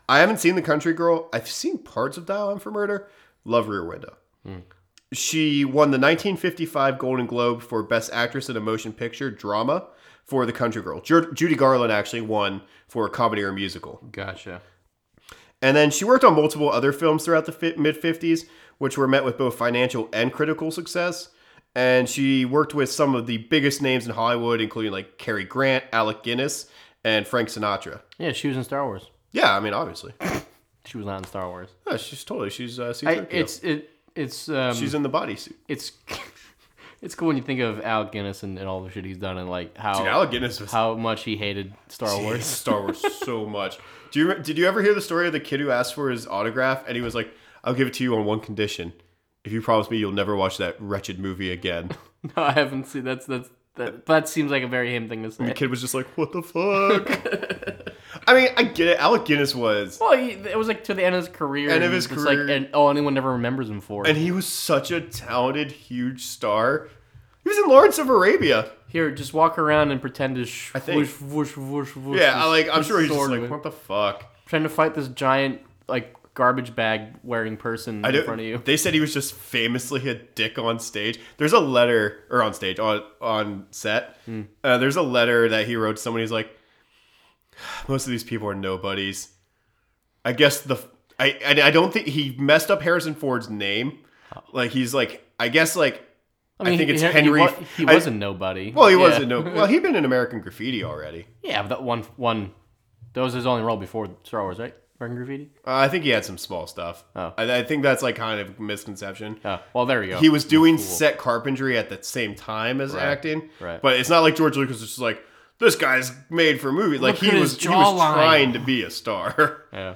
i haven't seen the country girl i've seen parts of dial m for murder love rear window She won the 1955 Golden Globe for Best Actress in a Motion Picture Drama for The Country Girl. Ju- Judy Garland actually won for a comedy or musical. gotcha. And then she worked on multiple other films throughout the fi- mid 50s, which were met with both financial and critical success. And she worked with some of the biggest names in Hollywood, including like Cary Grant, Alec Guinness, and Frank Sinatra. Yeah, she was in Star Wars. Yeah, I mean, obviously. She was not in Star Wars. Yeah, she's totally, she's uh, I, C-3PO. it's it it's um, she's in the bodysuit. it's it's cool when you think of Al Guinness and, and all the shit he's done and like how Dude, Alec Guinness was how much he hated Star hated Wars. Star Wars so much. Do you did you ever hear the story of the kid who asked for his autograph and he was like, "I'll give it to you on one condition: if you promise me you'll never watch that wretched movie again." No, I haven't seen that's that's that, that seems like a very him thing to The say. kid was just like, "What the fuck?" I mean, I get it. Alec Guinness was, Well, he, it was like to the end of his career. End and of it his was just career. Like, and oh, anyone never remembers him for. and he was such a talented, huge star. He was in Lawrence of Arabia. Here, just walk around and pretend to sh- think- whoosh, whoosh, whoosh, whoosh, Yeah, I this- like. I'm this sure he's just sword like, with- "What the fuck." trying to fight this giant like garbage bag wearing person I in don't- front of you. They said he was just famously a dick on stage. There's a letter, or on stage, on on set. Hmm. Uh, there's a letter that he wrote to somebody. He's like, most of these people are nobodies. I guess the I I, I don't think he messed up Harrison Ford's name. Oh. Like he's like I guess like I, think he- it's he- Henry. He, wa- he I- was a nobody. well, he yeah. wasn't. No, well, he'd been in American Graffiti already. Yeah, but that one one that was his only role before Star Wars, right? American Graffiti. Uh, I think he had some small stuff. Oh. I, I think that's like kind of a misconception. Oh, well, there you go. he was doing set carpentry at the same time as Right, acting. right. But it's not like George Lucas was just like, this guy's made for a movie. Like at he his was he was jawline. trying to be a star. Yeah.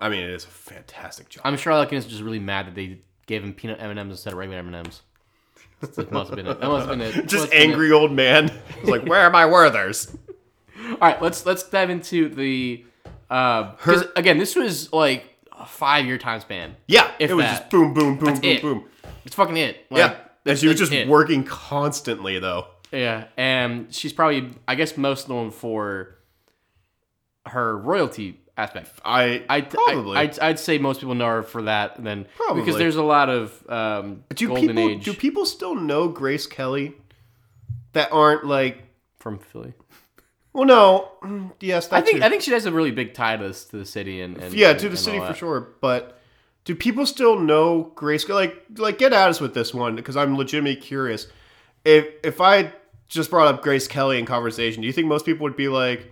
I mean, it is a fantastic job. I'm sure Alec Guinness is just really mad that they gave him peanut M and M's instead of regular M and M's. That must have been it. That must have been it. just Must have been angry old man. He's like, where are my Werthers? it. All right, let's let's dive into the. Uh, 'cause, again, this was like a five year time span. Yeah, If it was that. just boom, boom, boom, boom, it. boom. It's fucking it. Like, Yeah. And she was that's just it. working constantly, though. Yeah, and she's probably, I guess, most known for her royalty aspect. I, I probably. I, would I'd say most people know her for that. and Then because Probably. there's a lot of um, do golden people age do people still know Grace Kelly that aren't like? from Philly. Well, no. Mm, Yes, I that's think true. I think she has a really big tie to this, to the city and, and yeah, and- to the and city all for that. sure. But do people still know Grace? Like, like get at us with this one because I'm legitimately curious. If if I just brought up Grace Kelly in conversation, do you think most people would be like,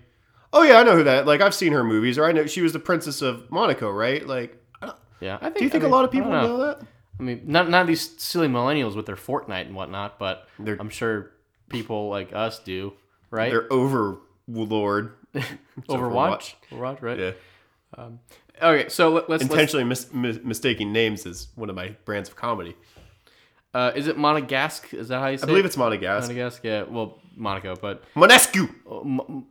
"Oh yeah, I know who that. Like, I've seen her movies, or I know she was the princess of Monaco, right?" Like, I don't- Yeah, I think, do you I think mean, a lot of I don't people know. know that? I mean, not not these silly millennials with their Fortnite and whatnot, but They're- I'm sure people like us do, right? They're overlord. Overwatch, Overwatch, right? Um, Yeah. Okay, so let, let's, let's Intentionally mis- mis- mistaking names is one of my brands of comedy. uh, is it Monegasque? Is that how you say? I believe it? it's Monegasque. Monegasque. Yeah, well, Monaco, but Monescu. uh, m-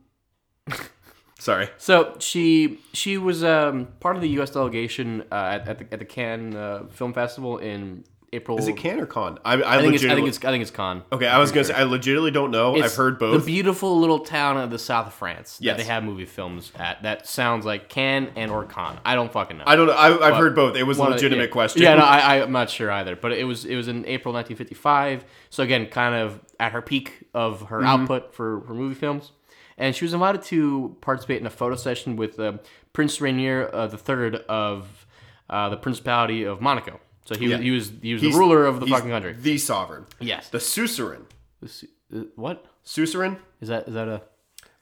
Sorry. so she she was um, part of the U.S. delegation uh, at, at the at the Cannes uh, Film Festival in April. Is it can or con? I, I, I think, it's, I legitimately- think it's I think it's Cannes. Okay, I was gonna say I legitimately don't know. I've It's heard both. The beautiful little town of the south of France Yes. that they have movie films at. That sounds like Cannes and or Cannes. I don't fucking know. I don't know. I, I've heard both. It was a One of the- legitimate yeah. question. Yeah, no, I, I'm not sure either. But it was it was in April 1955. So again, kind of at her peak of her Mm-hmm. output for, for movie films, and she was invited to participate in a photo session with uh, Prince Rainier uh, the Third of uh, the Principality of Monaco. So he, Yeah. was he was he was He's- the ruler of the he's fucking country. The sovereign. Yes. The suzerain. Uh, what Suzerain. is that? Is that a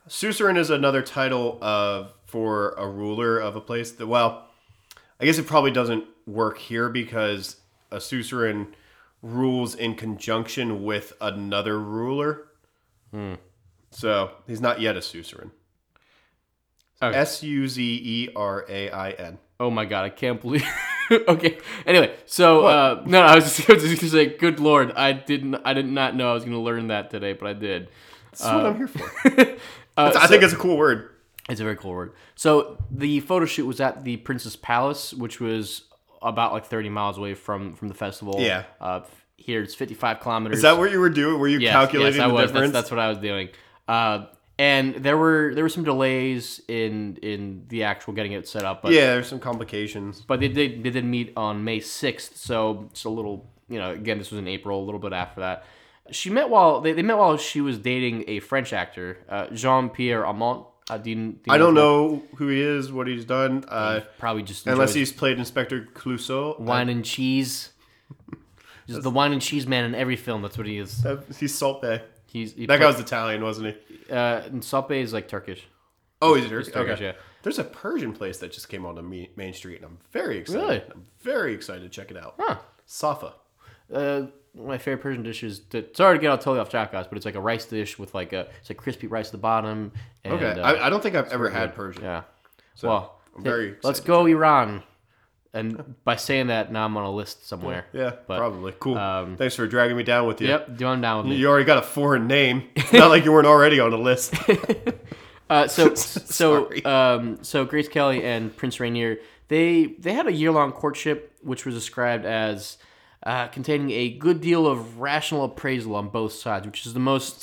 Suzerain is another title of for a ruler of a place. That, well, I guess it probably doesn't work here because a suzerain rules in conjunction with another ruler. Hmm. So he's not yet a suzerain. Okay. S U Z E R A I N. Oh my god, I can't believe. okay. Anyway, so uh, no, I was, just, I was just gonna say, good lord, I didn't, I did not know I was gonna learn that today, but I did. That's what I'm here for. Uh, I think it's a cool word. It's a very cool word. So the photo shoot was at the Prince's Palace, which was about like 30 miles away from from the festival. Yeah. Uh, f- here it's 55 kilometers. Is that what you were doing? Were you Yes, calculating yes, I the was. That's- difference? That's, what I was doing. Uh, and there were there were some delays in in the actual getting it set up, but yeah, there's some complications. But they did they did meet on May sixth, so it's a little you know again this was in April, a little bit after that. She met while they, they met while she was dating a French actor, uh, Jean Pierre Amont. Uh, do you- do you I don't his name? know who he is, what he's done, uh, Probably just unless enjoys he's played Inspector Clouseau. wine and cheese. Just the wine and cheese man in every film. That's what he is. Uh, he's Salt Bay. He's he That guy play- was Italian, wasn't he? uh, and Sope is like Turkish. Oh, he's Turkish. Turkish, Okay. yeah. There's a Persian place that just came on the me- main street, and I'm very excited. Really? I'm very excited to check it out. Huh. Safa. Uh, my favorite Persian dish is sorry to get all totally off track, guys, but it's like a rice dish with like a it's like crispy rice at the bottom. And, Okay. uh, I, I don't think I've ever had Persian. Yeah. well, I'm th- very let's excited. go Iran. And by saying that, now I'm on a list somewhere. Yeah, but, probably. Cool. um, Thanks for dragging me down with you. Yep, do on down with me. You already got a foreign name. It's not like you weren't already on a list. Uh, so so Sorry. um, so Grace Kelly and Prince Rainier they they had a year long courtship, which was described as uh, containing a good deal of rational appraisal on both sides, which is the most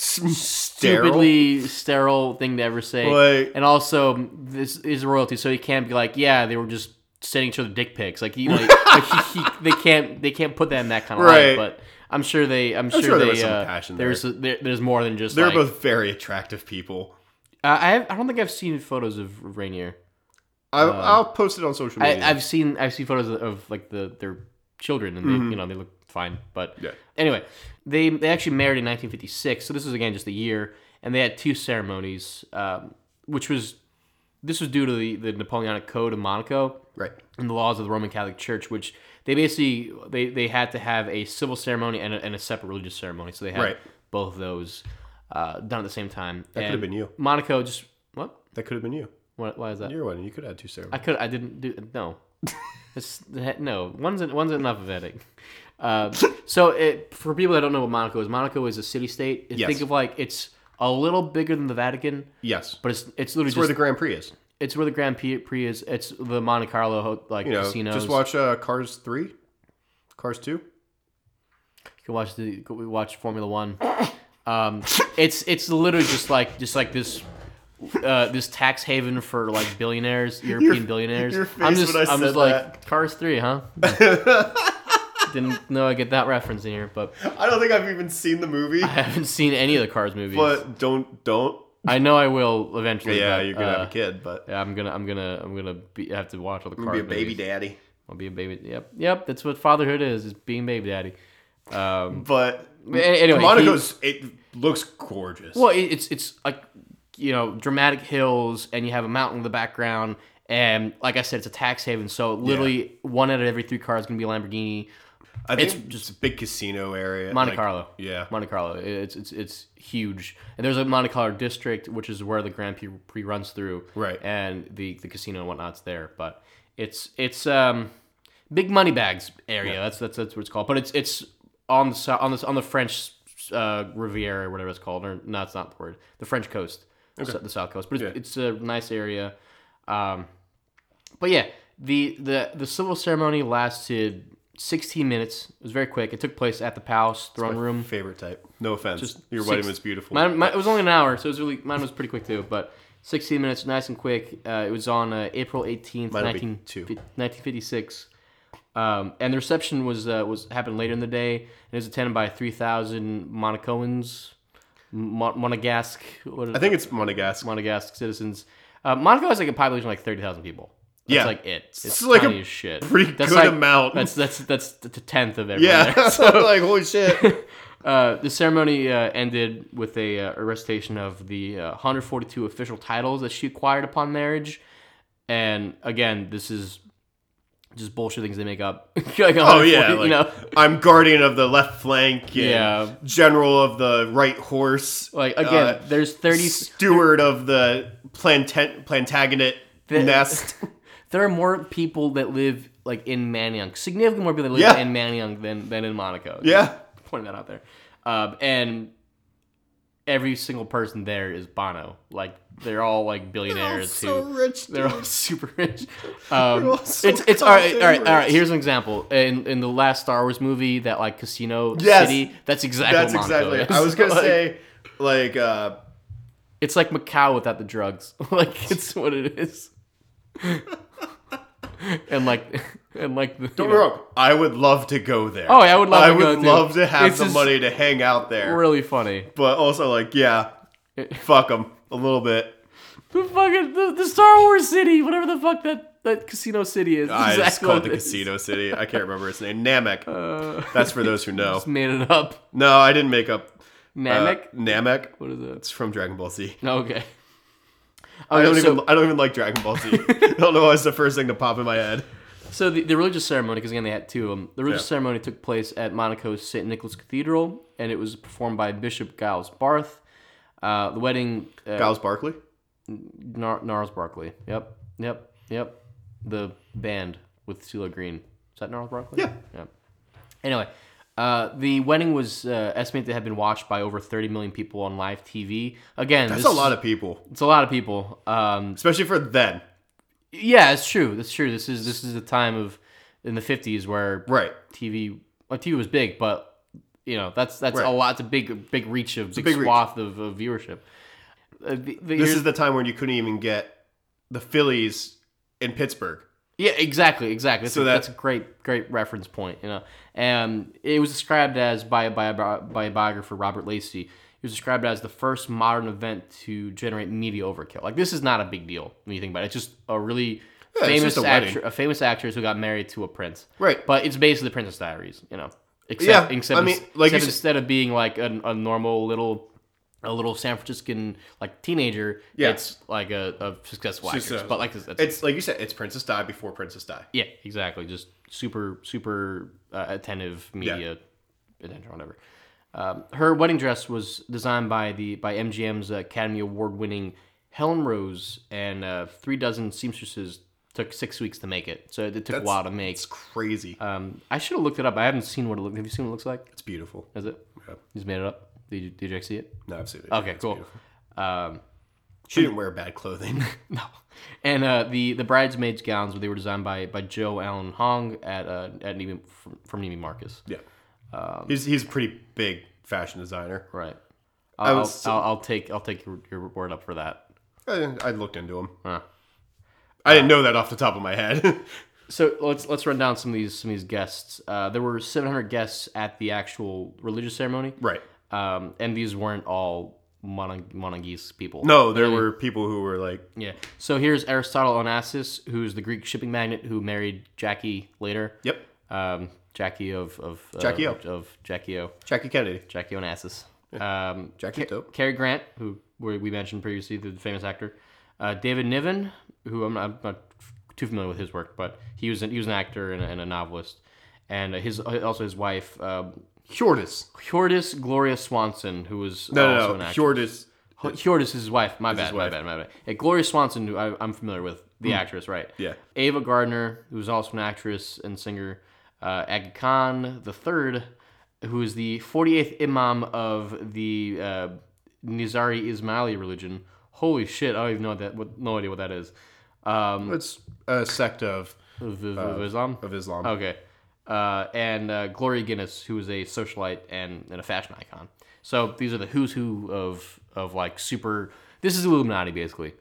stupidly sterile thing to ever say. Like- and also, this is royalty, so he can't be like, yeah, they were just sending each other dick pics. Like, he, like, like he, he, they can't they can't put that in that kind of Right. light. But I'm sure they I'm, sure, sure they there was some uh, passion there. there's there, there's more than just They're like- both very attractive people. uh, I have, I don't think I've seen photos of Rainier. I, I'll post it on social Uh, I, media. I've seen I've seen photos of, of, like the their children and they, you know they look fine. But Mm-hmm. Yeah. anyway, they they actually married in 1956, so this is again just a year, and they had two ceremonies, um, which was this was due to the, the Napoleonic Code of Monaco right. and the laws of the Roman Catholic Church, which they basically they, they had to have a civil ceremony and a, and a separate religious ceremony, so they had Right. both of those uh, done at the same time. That could've been you. Monaco just what? That could have been you. What? Why is that? You're one. You could add two Sarah. I could. I didn't do. No. it's, no. One's en- one's enough of editing. Uh, so it, for people that don't know what Monaco is, Monaco is a city state. Yes. Think of like it's a little bigger than the Vatican, yes. but it's it's literally It's where just the Grand Prix is. it's where the Grand Prix Prix is. It's the Monte Carlo ho- like You know, casinos. just watch uh, Cars 3, Cars 2. You can watch the we watch Formula One. Um, it's it's literally just like just like this. Uh, this tax haven for like billionaires, European billionaires. your I'm face just, when I am said just like Cars Three, huh? Didn't know I get that reference in here, but I don't think I've even seen the movie, I haven't seen any of the Cars movies. but don't don't. I know I will eventually. Yeah, but, you're gonna uh, have a kid, but Yeah, I'm gonna, I'm gonna, I'm gonna be, have to watch all the you'll be Cars a baby movies. daddy. I'll be a baby. Yep, yep. That's what fatherhood is: is being baby daddy. Um, But a- anyway, he- Monaco's it looks gorgeous. well, it- it's it's like you know dramatic hills, and you have a mountain in the background, and like I said, it's a tax haven. So literally, one out of every three cars is gonna be a Lamborghini. I think it's it's just a big casino area, Monte like- Carlo. Yeah, Monte Carlo. It's it's it's huge. And there's a Monte Carlo district, which is where the Grand Prix runs through. Right. And the the casino and whatnot's there, but it's it's um big money bags area. That's that's that's what it's called. But it's it's on the so- on the on the French uh, Riviera, or whatever it's called, or no, it's not the word. The French coast, so- the South Coast. But it's, Yeah. it's a nice area. Um, but yeah, the the the civil ceremony lasted. 16 minutes. It was very quick. It took place at the palace throne room. favorite type. No offense, your six- wedding was beautiful. Mine, mine, it was only an hour, so it was really mine was pretty quick too. But 16 minutes, nice and quick. Uh, it was on uh, April 18th, Mine'll be 19, two. 1956. Um, and the reception was uh, was happened later in the day, and it was attended by 3,000 Monacoans, Mon- Monegasque. What is I think it's Monegasque. Monegasque citizens. Uh, Monaco has like a population of like 30,000 people. That's Yeah. like it. It's, It's like tiny a as shit. pretty that's good like, amount. That's that's that's the tenth of everyone. yeah, there. like holy shit. Uh, the ceremony uh, ended with a, uh, a recitation of the uh, 142 official titles that she acquired upon marriage. And again, this is just bullshit things they make up. Like, Oh yeah, 140, like, you know, I'm guardian of the left flank. And Yeah. general of the right horse. like again, uh, there's 30. steward of the plantain plantagenet The- nest. There are more people that live like in Manayunk, significantly more people that live Yeah. in Manayunk than than in Monaco. Yeah, pointing that out there. Um, and every single person there is Bono. Like they're all like billionaires so who rich, They're all super rich. Um, all so it's it's all right, all goddamn right, all right. rich. Here's an example in in the last Star Wars movie that like Casino Yes. City. That's exactly that's what Monaco exactly. It. Is. I was gonna Like, say like uh, it's like Macau without the drugs. like it's what it is. and like and like the, Don't get me wrong. I would love to go there. Oh, yeah, I would love I to go would too. love to have It's the just- money to hang out there, really funny. but also like, yeah, fuck them a little bit. The fucking the, the Star Wars city, whatever the fuck that that Casino City is. I Exactly just Ah, called what the it is. Uh, casino city. I can't remember its name. Namek. That's for those who know. Just made it up. No, I didn't make up. uh, Namek. Namek. what is it? It's from Dragon Ball Z. Okay. I don't Okay, so- even. I don't even like Dragon Ball Z. I don't know why it's the first thing to pop in my head. So the, the religious ceremony, because again they had two of them. The religious Yeah. ceremony took place at Monaco's St. Nicholas Cathedral, and it was performed by Bishop Giles Barth. Uh, the wedding, uh, Giles Barkley. Nar- Gnarls Barkley. Yep, yep, yep. The band with CeeLo Green. Is that Gnarls Barkley? Yeah. Yep. Anyway, uh, the wedding was uh, estimated to have been watched by over 30 million people on live TV. Again, That's a lot of people, It's a lot of people. Um, especially for then. yeah, it's true. That's true. This is this is a time of in the 50s where Right. TV. Well, TV was big, but you know that's that's Right. a lot. It's a big big reach of big, big reach. swath of, of viewership. Uh, the, the, This is the time when you couldn't even get the Phillies in Pittsburgh. yeah, exactly, exactly. That's, So a, that- that's a great great reference point. You know, and it was described as by by by biographer Robert Lacey. It was described as the first modern event to generate media overkill. Like this is not a big deal when you think about it. It's just a really it's famous just a wedding. actor, a famous actress who got married to a prince. Right. But it's basically the Princess Diaries, you know. Yeah, Except, except, I mean, ins- like you except s- instead of being like a, a normal little, a little San Franciscan like teenager, Yeah. it's like a, a successful She's actress. a- But like that's, It's like you said, it's Princess Di before Princess Di. yeah, exactly. Just super super uh, attentive media attention, whatever. Um, her wedding dress was designed by the by MGM's Academy Award winning Helen Rose, and uh, three dozen seamstresses took six weeks to make it. So it took a while to make. It's crazy. Um, I should have looked it up. I haven't seen what it looks. Have you seen what it looks like? it's beautiful. Is it? Yeah. You just made it up. Did you, did you actually see it? No, I've seen it. Okay, It's cool. beautiful. Um, She didn't wear bad clothing. no. And uh, the the bridesmaids gowns they were designed by by Joe Allen Hong at uh, at Neiman, from, from Neiman Marcus. yeah. he's he's a pretty big fashion designer. Right. I'll, was- I'll, I'll, I'll take I'll take your, your word up for that. I, I looked into him. Huh. Uh, I didn't know that off the top of my head. So let's let's run down some of these some of these guests. Uh, there were 700 guests at the actual religious ceremony, right. um, and these weren't all Monong- Monongese people. No, there were people who were like, Yeah. So here's Aristotle Onassis, who's the Greek shipping magnate who married Jackie later. "Yep, Um, Jackie of of uh, Jackie O. of, of Jackie O. Jackie Kennedy, Jackie Onassis. Um, Jackie dope." Cary Grant, who we we mentioned previously, the famous actor. Uh, David Niven, who I'm not, I'm not too familiar with his work, but he was an, he was an actor and a, and a novelist, and his also his wife uh, Hjordis. Hjordis Gloria Swanson, who was No, also no, an no. actor. Hjordis. H- Hjordis is his wife. Hmm. My bad, wife. my bad, my bad. Yeah, Gloria Swanson, who I, I'm familiar with, the actress, right? Yeah. Ava Gardner, who's also an actress and singer. Uh, Aga Khan III, who is the 48th Imam of the uh, Nizari Ismaili religion. Holy shit! I don't even know what that. What, no idea what that is. Um, It's a sect of of, of- of Uh, Islam. of Islam. Okay. Uh, and uh, Gloria Guinness, who is a socialite and, and a fashion icon. So these are the who's who of of like super. This is Illuminati basically.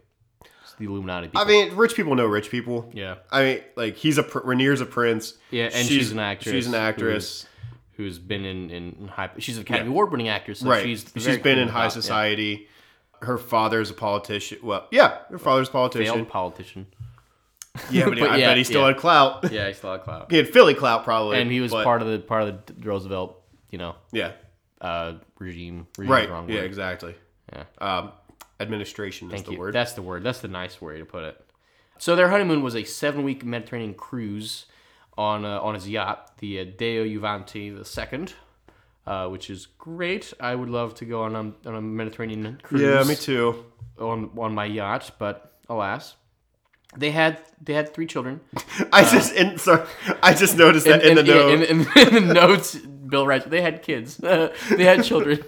It's the Illuminati. People. I mean, rich people know rich people. yeah, I mean, like he's a pr- Rainier's a prince. Yeah, and she's an actress She's an who- actress. who's been in in high. She's an Academy Award winning actress. So right. She's she's very been cool in high about- yeah, society. Her father's a politician. Well, yeah, her father's a politician. failed politician. Yeah, but, But I yeah, bet he still yeah. had clout. Yeah, he's still a cloud. He had Philly clout probably. And he was but- part of the part of the Roosevelt, you know, Yeah. uh, regime. regime Right. Wrong Yeah. word. Exactly. Yeah. Um, administration is Thank the you. word. That's the word. That's the nice way to put it. So their honeymoon was a seven-week Mediterranean cruise on uh, on his yacht, the uh, Deo Juvante the Second, uh, which is great. I would love to go on a, on a Mediterranean cruise yeah, me too. on on my yacht, but alas, they had they had three children. I just and sorry, I just noticed that in, And- the yeah, note. in, in- in the notes, Bill writes they had kids, they had children.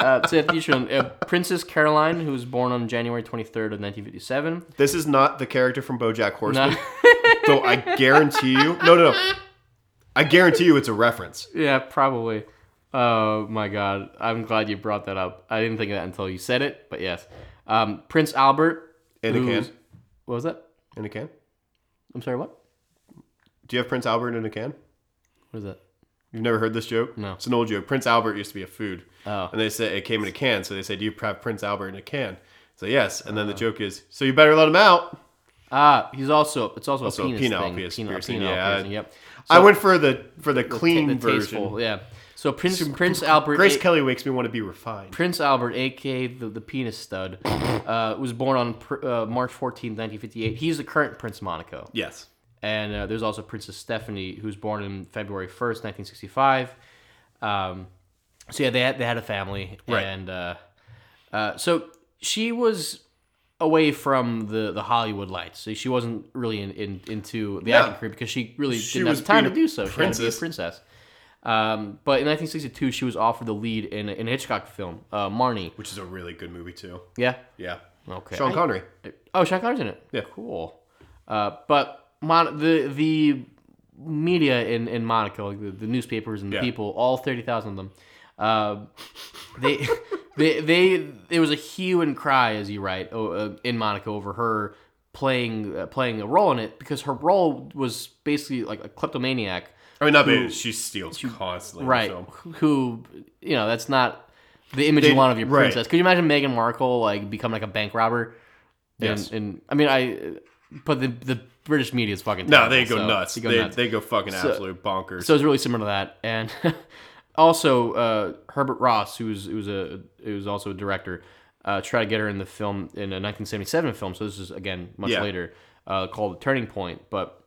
Uh, so they had three children. Uh, Princess Caroline, who was born on January twenty third of nineteen fifty seven. this is not the character from BoJack Horseman. so I guarantee you. No, no, no. I guarantee you, it's a reference. Yeah, probably. Oh my god, I'm glad you brought that up. I didn't think of that until you said it, but yes. Um, Prince Albert. In a who's- can. What was that? In a can. I'm sorry, what? Do you have Prince Albert in a can? What is that? You've never heard this joke? No. It's an old joke. Prince Albert used to be a food. Oh. And they said it came in a can. So they said, Do you have Prince Albert in a can? So yes. And then Oh. the joke is, So you better let him out. Ah, he's also, it's also, Also a a penis penile thing. pierce- penile, piercing, penile yeah. piercing, yep. I went for the for the clean the version. tasteful, yeah. So Prince Prince Albert Grace a- Kelly makes me want to be refined. Prince Albert, aka the, the penis stud, uh, was born on pr- uh, March 14, 1958. He's the current Prince of Monaco. Yes. and uh, there's also Princess Stephanie, who was born in February 1st, 1965. Um, so yeah, they had, they had a family, Right. and uh, uh, so she was away from the, the Hollywood lights. So she wasn't really in, in, into the No. acting career because she really She didn't have was the time to being a do so. She had to be a princess. princess. Um, but in 1962, she was offered the lead in a, in a Hitchcock film, uh, Marnie. Which is a really good movie too. Yeah. Yeah. Okay. Sean Connery. Oh, Sean Connery's in it. Yeah. cool. Uh, but Mon- the the media in in Monaco, like the, the newspapers and the Yeah. people, all thirty thousand of them, uh, they. They, they there was a hue and cry as you write oh, uh, in Monaco over her playing uh, playing a role in it because her role was basically like a kleptomaniac I mean, not baby. She steals constantly. right so- who you know that's not the image you want of your right. princess could you imagine Meghan Markle like become like a bank robber and, Yes. and I mean I but the the British media is fucking No, they go terrible, so nuts. they They go they, nuts. go fucking absolute bonkers. so it's really similar to that and also uh, Herbert Ross who's who's a who's also a director uh, tried to get her in the film in a 1977 film so this is again much Yeah. later uh, called The Turning Point but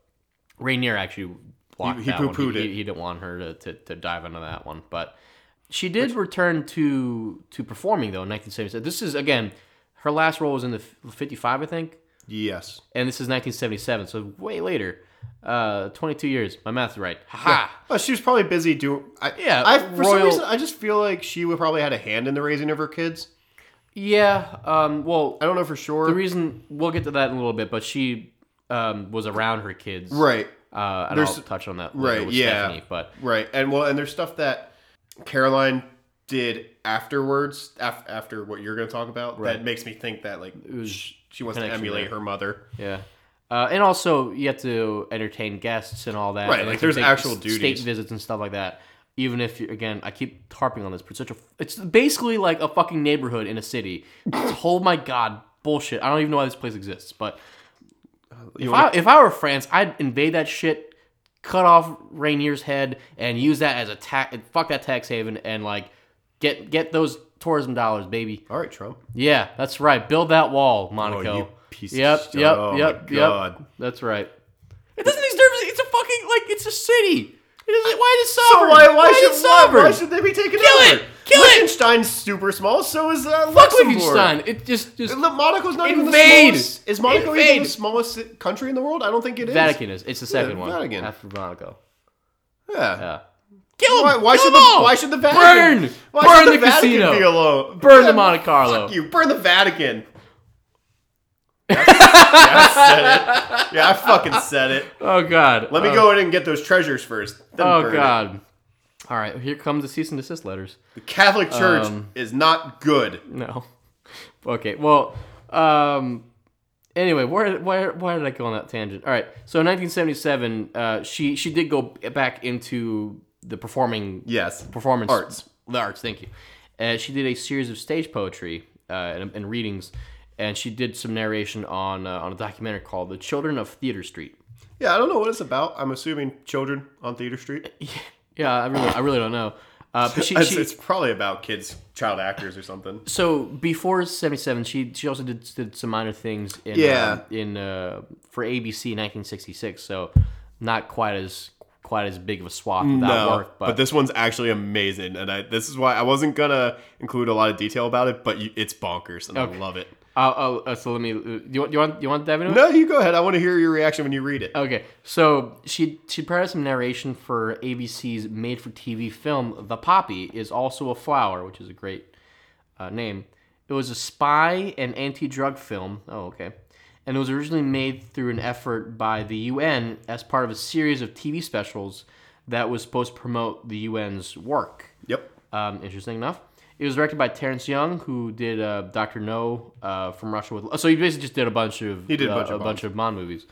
Rainier actually blocked He- he that one. poo-pooed He, it. he, he didn't want her to, to, to dive into that one. But she did return to to performing though in 1977. This is again her last role was in the f- 55, I think, yes. and this is 1977, so way later. Uh, 22 years. My math's right. Haha. Oh, she was probably busy doing. I, Yeah, I, for some royal- reason, I just feel like she would probably had a hand in the raising of her kids. Yeah. Um. Well, I don't know for sure. the reason we'll get to that in a little bit, but she um was around her kids right. Uh, and There's- I'll touch on that later right, with yeah. Stephanie. But Right, and well, and there's stuff that Caroline did afterwards, af- after what you're going to talk about, Right. that makes me think that like was sh- she wants to connection emulate there. her mother. yeah. Uh, and also, you have to entertain guests and all that. Right, and like, to there's take actual s- State duties. visits and stuff like that. Even if, you, again, I keep harping on this, but it's such a, it's basically like a fucking neighborhood in a city. It's, oh my god, bullshit! I don't even know why this place exists. But You if wanna- I, if I were France, I'd invade that shit, cut off Rainier's head, and use that as a tax. Fuck that tax haven, and like get get those tourism dollars, baby. All right, Trump. Yeah, that's right. Build that wall, Monaco. Oh, you piece of yep, shit. yep, Oh my yep, yep. God. That's right. It doesn't deserve. It's a fucking like. It's a city. It is. Why is it So sovereign? why, why, is should, it why, sovereign? why should they be taken Kill it! over? Kill it! Liechtenstein's super small, so is uh, Fuck Luxembourg. Liechtenstein. It just just Look, Monaco's not even the Invade! smallest. Is Monaco even Invade! the smallest ci- country in the world? I don't think it is. Vatican is. It's the second one Vatican. after Monaco. Yeah. Yeah. Kill 'em! Why, why Kill should 'em the all! Why should the Vatican Burn! why Burn should the Vatican casino. Be alone? Burn the Monte Carlo. Fuck you! Burn the Vatican. Yes, I said it. Yeah, I fucking said it. Oh God. Let me Oh, go in and get those treasures first. then Oh burn it. God. All right. Here comes the cease and desist letters. The Catholic Church Um. is not good. No. Okay. Well. Um. Anyway, where where why did I go on that tangent? All right. So in 1977, uh, she she did go back into the performing Yes. performance Arts. the arts. Thank you. Uh, she did a series of stage poetry uh, and, and readings, and she did some narration on uh, on a documentary called "The Children of Theater Street." Yeah, I don't know what it's about. I'm assuming children on Theater Street. Yeah, I really I really don't know. Uh, but she, It's, she it's probably about kids, child actors, or something. so before 77 she she also did, did some minor things in Yeah. um, in uh, for ABC 1966 so not quite as quite as big of a swath of that No, work but, this one's actually amazing, and I this is why I wasn't gonna include a lot of detail about it, but you, it's bonkers, and I love it. I'll, I'll- uh, so let me uh, do you want do you want, do you want to dive into it? No, you go ahead. I want to hear your reaction when you read it. Okay, so she she provided some narration for ABC's made-for-TV film "The Poppy Is Also a Flower," which is a great uh, name. It was a spy and anti-drug film. Oh, okay, and it was originally made through an effort by the UN as part of a series of TV specials that was supposed to promote the UN's work. Yep. Um, interesting enough. It was directed by Terrence Young, who did uh, Doctor No uh, from Russia with. So he basically just did a bunch of did a uh, bunch of bunch of Bond movies,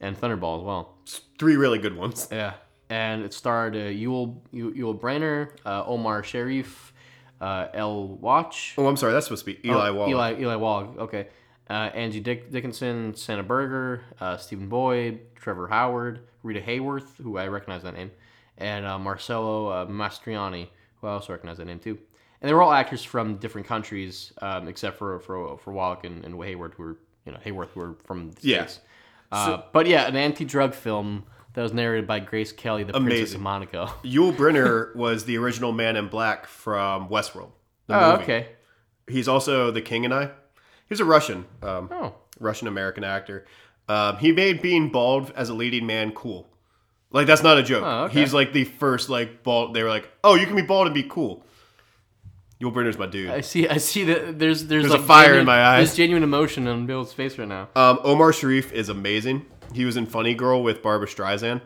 and Thunderball as well. Three really good ones. Yeah, and it starred uh, Yul Yul Yul Brynner, uh, Omar Sharif, uh, El Watch, Oh, I'm sorry. That's supposed to be Eli Wall. Eli Eli Wallach. Okay, uh, Angie Dick- Dickinson, Santa Berger, uh, Stephen Boyd, Trevor Howard, Rita Hayworth, who I recognize that name, and uh, Marcello uh, Mastriani, who I also recognize that name too. And they were all actors from different countries, um, except for for for Wallach and, and Hayward, who were you know Hayworth, who were from the Yeah. states. Uh, but yeah, an anti-drug film that was narrated by Grace Kelly, the Princess Amazing. of Monaco. Yul Brynner was the original Man in Black from Westworld. The Oh, movie. okay. He's also the King and I. He's a Russian, um, Oh, Russian American actor. Um, he made being bald as a leading man cool. Like that's not a joke. Oh, okay. He's like the first like bald. They were like, oh, you can be bald and be cool. Yul Brynner's my dude. I see. I see that there's there's, There's a fire in genuine- my eyes. There's genuine emotion on Bill's face right now. Um, Omar Sharif is amazing. He was in Funny Girl with Barbara Streisand.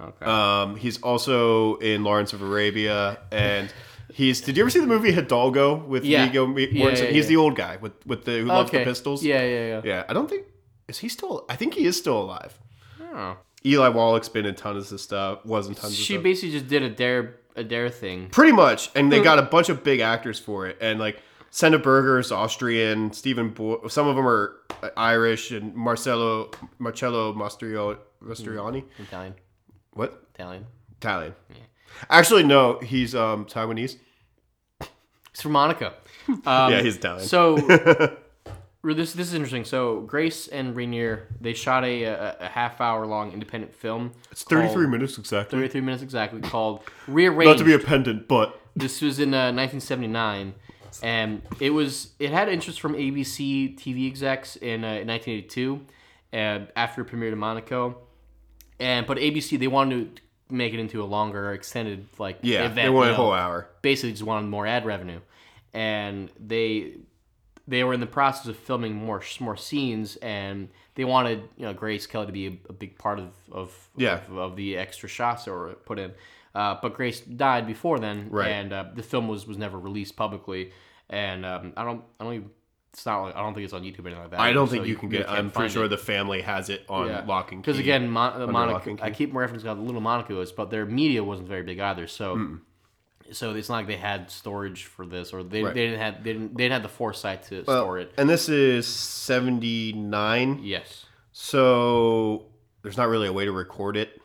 Okay. Um, he's also in Lawrence of Arabia, and he's. Did you ever see the movie Hidalgo with Yeah. Viggo Yeah, Mortensen? yeah, he's yeah. the old guy with with the who loves the pistols. Yeah, yeah, yeah. yeah. I don't think is he still. I think he is still alive. Oh. Eli Wallach's been in tons of stuff. Was in tons She of stuff. basically just did a dare a dare thing. Pretty much, and Hmm. they got a bunch of big actors for it, and like. Sena Berger's Austrian, Stephen Bo- some of them are uh, Irish, and Marcello Marcello Mastrio, Mastriani. Italian, What? Italian. Italian. Actually, no, he's um Taiwanese. Oh. It's from Monaco. Um, yeah, he's Italian. So this this is interesting. So Grace and Rainier they shot a, a, a half hour long independent film. it's 33 called- minutes exactly. Thirty three minutes exactly. Called Rearranged. Not to be a pendant, but This was in uh, 1979, and it was it had interest from ABC TV execs in, uh, in 1982, and after it premiered in Monaco, and but ABC they wanted to make it into a longer, extended like yeah, event. they went you a know, whole hour. Basically, just wanted more ad revenue, and they they were in the process of filming more more scenes, and they wanted you know Grace Kelly to be a, a big part of of, Yeah. of of the extra shots that were put in. Uh, but Grace died before then, Right. and uh, the film was was never released publicly. And um, I don't I don't even, it's not like, I don't think it's on YouTube or anything like that. I don't so think you can get. really can't I'm pretty find sure it. the family has it on Yeah. lock and key. Because again, Mon- uh, lock Monaco, and I keep referencing how little Monaco is, but their media wasn't very big either. So, so it's not like they had storage for this, or they, Right. they didn't have they didn't, they didn't have the foresight to store it. and this is 79, Yes, so there's not really a way to record it.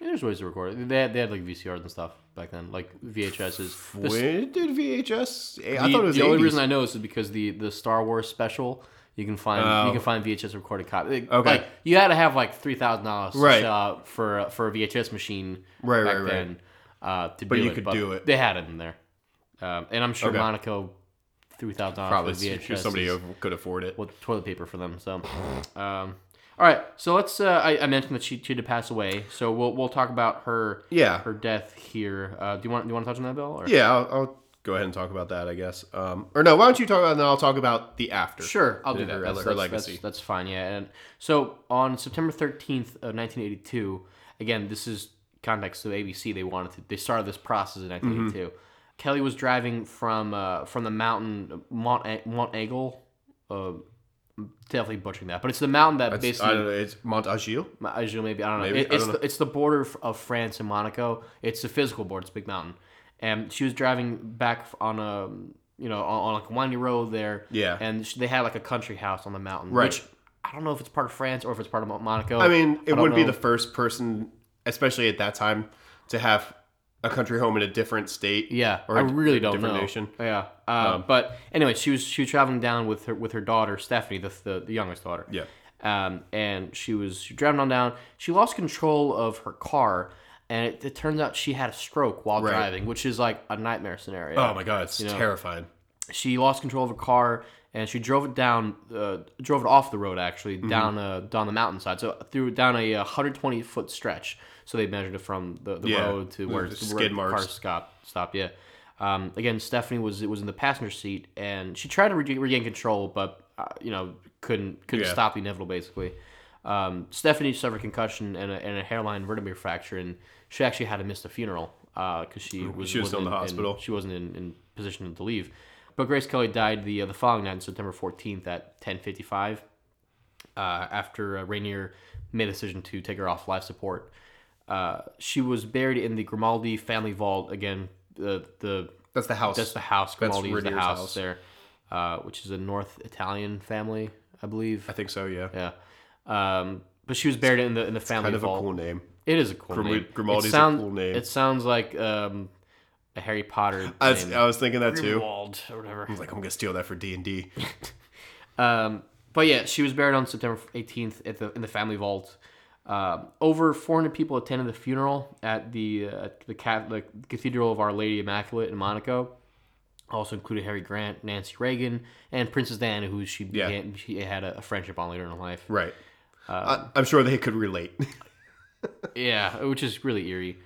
And there's ways to record it. They had, they had like VCRs and stuff back then, like VHSs. The, s- When did VHS? I the- thought it was the only 80s. reason I know this is because the the Star Wars special. You can find Oh. you can find VHS recorded copy. Like, Okay. like, you had to have like three thousand dollars Right. uh, for uh, for a VHS machine Right, back right, right. then uh, to but do you it. could do it. They had it in there, um, and I'm sure Okay. Monaco three thousand Probably dollars for if VHS. somebody who is- could afford it. well, toilet paper for them. So, um, all right. So let's. Uh, I, I mentioned that she she did pass away. So we'll we'll talk about her Yeah, her death here. Uh, do you want do you want to touch on that, Bill? Or? yeah. I'll, I'll go ahead and talk about that, I guess. Um, or no, why don't you talk about it and then I'll talk about the after. Sure, I'll do Her- that. her That's, le- her that's- legacy. That's, that's fine. Yeah. And so on September thirteenth of nineteen eighty two, again, this is context. So ABC they wanted to they started this process in Mm-hmm. nineteen eighty two. Kelly was driving from uh, from the mountain Mont Mont Aigle. Uh, definitely butchering that, but it's the mountain that It's, basically I don't know. It's Montagil. Azul, maybe I don't know. Maybe, It- I it's don't the, it's the border f- of France and Monaco. It's the physical border. It's a big mountain, and she was driving back on a you know on, on like a windy road there. Yeah. and she, they had like a country house on the mountain. Right. Which I don't know if it's part of France or if it's part of Mon- Monaco. I mean, it Oh, don't wouldn't be know. the first person, especially at that time, to have a country home in a different state. Yeah, or I a really don't different know. nation. Um, Yeah, uh, but anyway, she was she was traveling down with her with her daughter Stephanie, the the, the youngest daughter. Yeah. um, and she was she was driving on down. She lost control of her car, and it, it turns out she had a stroke while driving, which is like a nightmare scenario. Oh my god, it's terrifying. She lost control of her car, and she drove it down, uh, drove it off the road actually Mm-hmm. down uh, down the mountainside. So through down a 120 foot stretch. So they measured it from the, the Yeah, road to the- where the the, skid where the marks. car stopped. Stopped. Yeah. Um, again, Stephanie was was in the passenger seat, and she tried to regain, regain control, but uh, you know couldn't couldn't Yeah. stop the inevitable. Basically, um, Stephanie suffered concussion and a, and a hairline vertebrae fracture, and she actually had to miss the funeral because she was She was still in wasn't the hospital. she wasn't in, in position to leave. But Grace Kelly died the uh, the following night, September fourteenth at ten fifty five uh, after uh, Rainier made a decision to take her off life support. Uh, she was buried in the Grimaldi family vault again. The the That's the house. that's the house Grimaldi is the Rainier's house, house. there, uh, which is a North Italian family, I believe. I think so. Yeah, Yeah, um, but she was buried in the in the family kind of a vault. cool name. It is a cool Grima- name. Grimaldi's it a sound- cool name. It sounds like um, a Harry Potter. I was, name. I was thinking that too. Grimwald or whatever. I was like, I'm gonna steal that for D and D. Um, but yeah, she was buried on September 18th at the in the family vault. Um over 400 people attended the funeral at the uh, at the Catholic Cathedral of Our Lady Immaculate in Monaco. Also included Harry Grant, Nancy Reagan, and Princess Diana, who she Yeah. began, she had a, a friendship on later in her life. Right. Uh, I, I'm sure they could relate. Yeah, which is really eerie.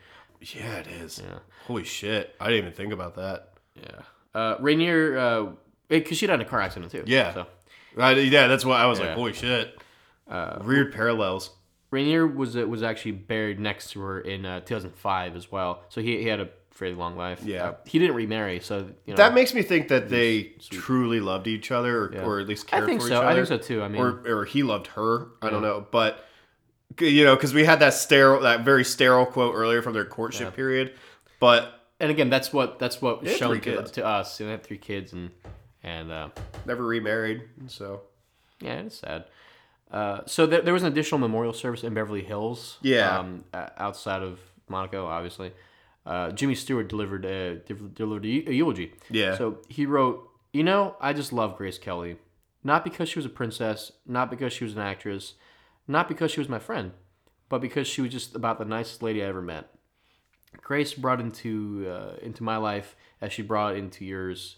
yeah, it is. Holy shit! I didn't even think about that. Yeah, uh, Rainier, because she died in a car accident too. Yeah. So. I, yeah, that's why I was Yeah. Uh, like, holy shit. Weird parallels. Rainier was uh, was actually buried next to her in uh, 2005 as well, so he, he had a fairly long life. Yeah. Uh, he didn't remarry, so you know That makes me think that they truly loved each other, or, or at least cared I think for so. each other. I think so too. I mean, or or he loved her. I don't know, but you know, because we had that sterile, that very sterile quote earlier from their courtship period. But and again, that's what that's what was had shown three to, kids. to us. And they had three kids, and and uh, never remarried, so yeah, it's sad. Uh, so there, there was an additional memorial service in Beverly Hills. Yeah. um, uh, outside of Monaco, obviously. Uh, Jimmy Stewart delivered a div- delivered a eu- a eulogy. yeah, So he wrote, You know, I just love Grace Kelly. Not because she was a princess, not because she was an actress, not because she was my friend, but because she was just about the nicest lady I ever met. Grace brought into uh, into my life as she brought into yours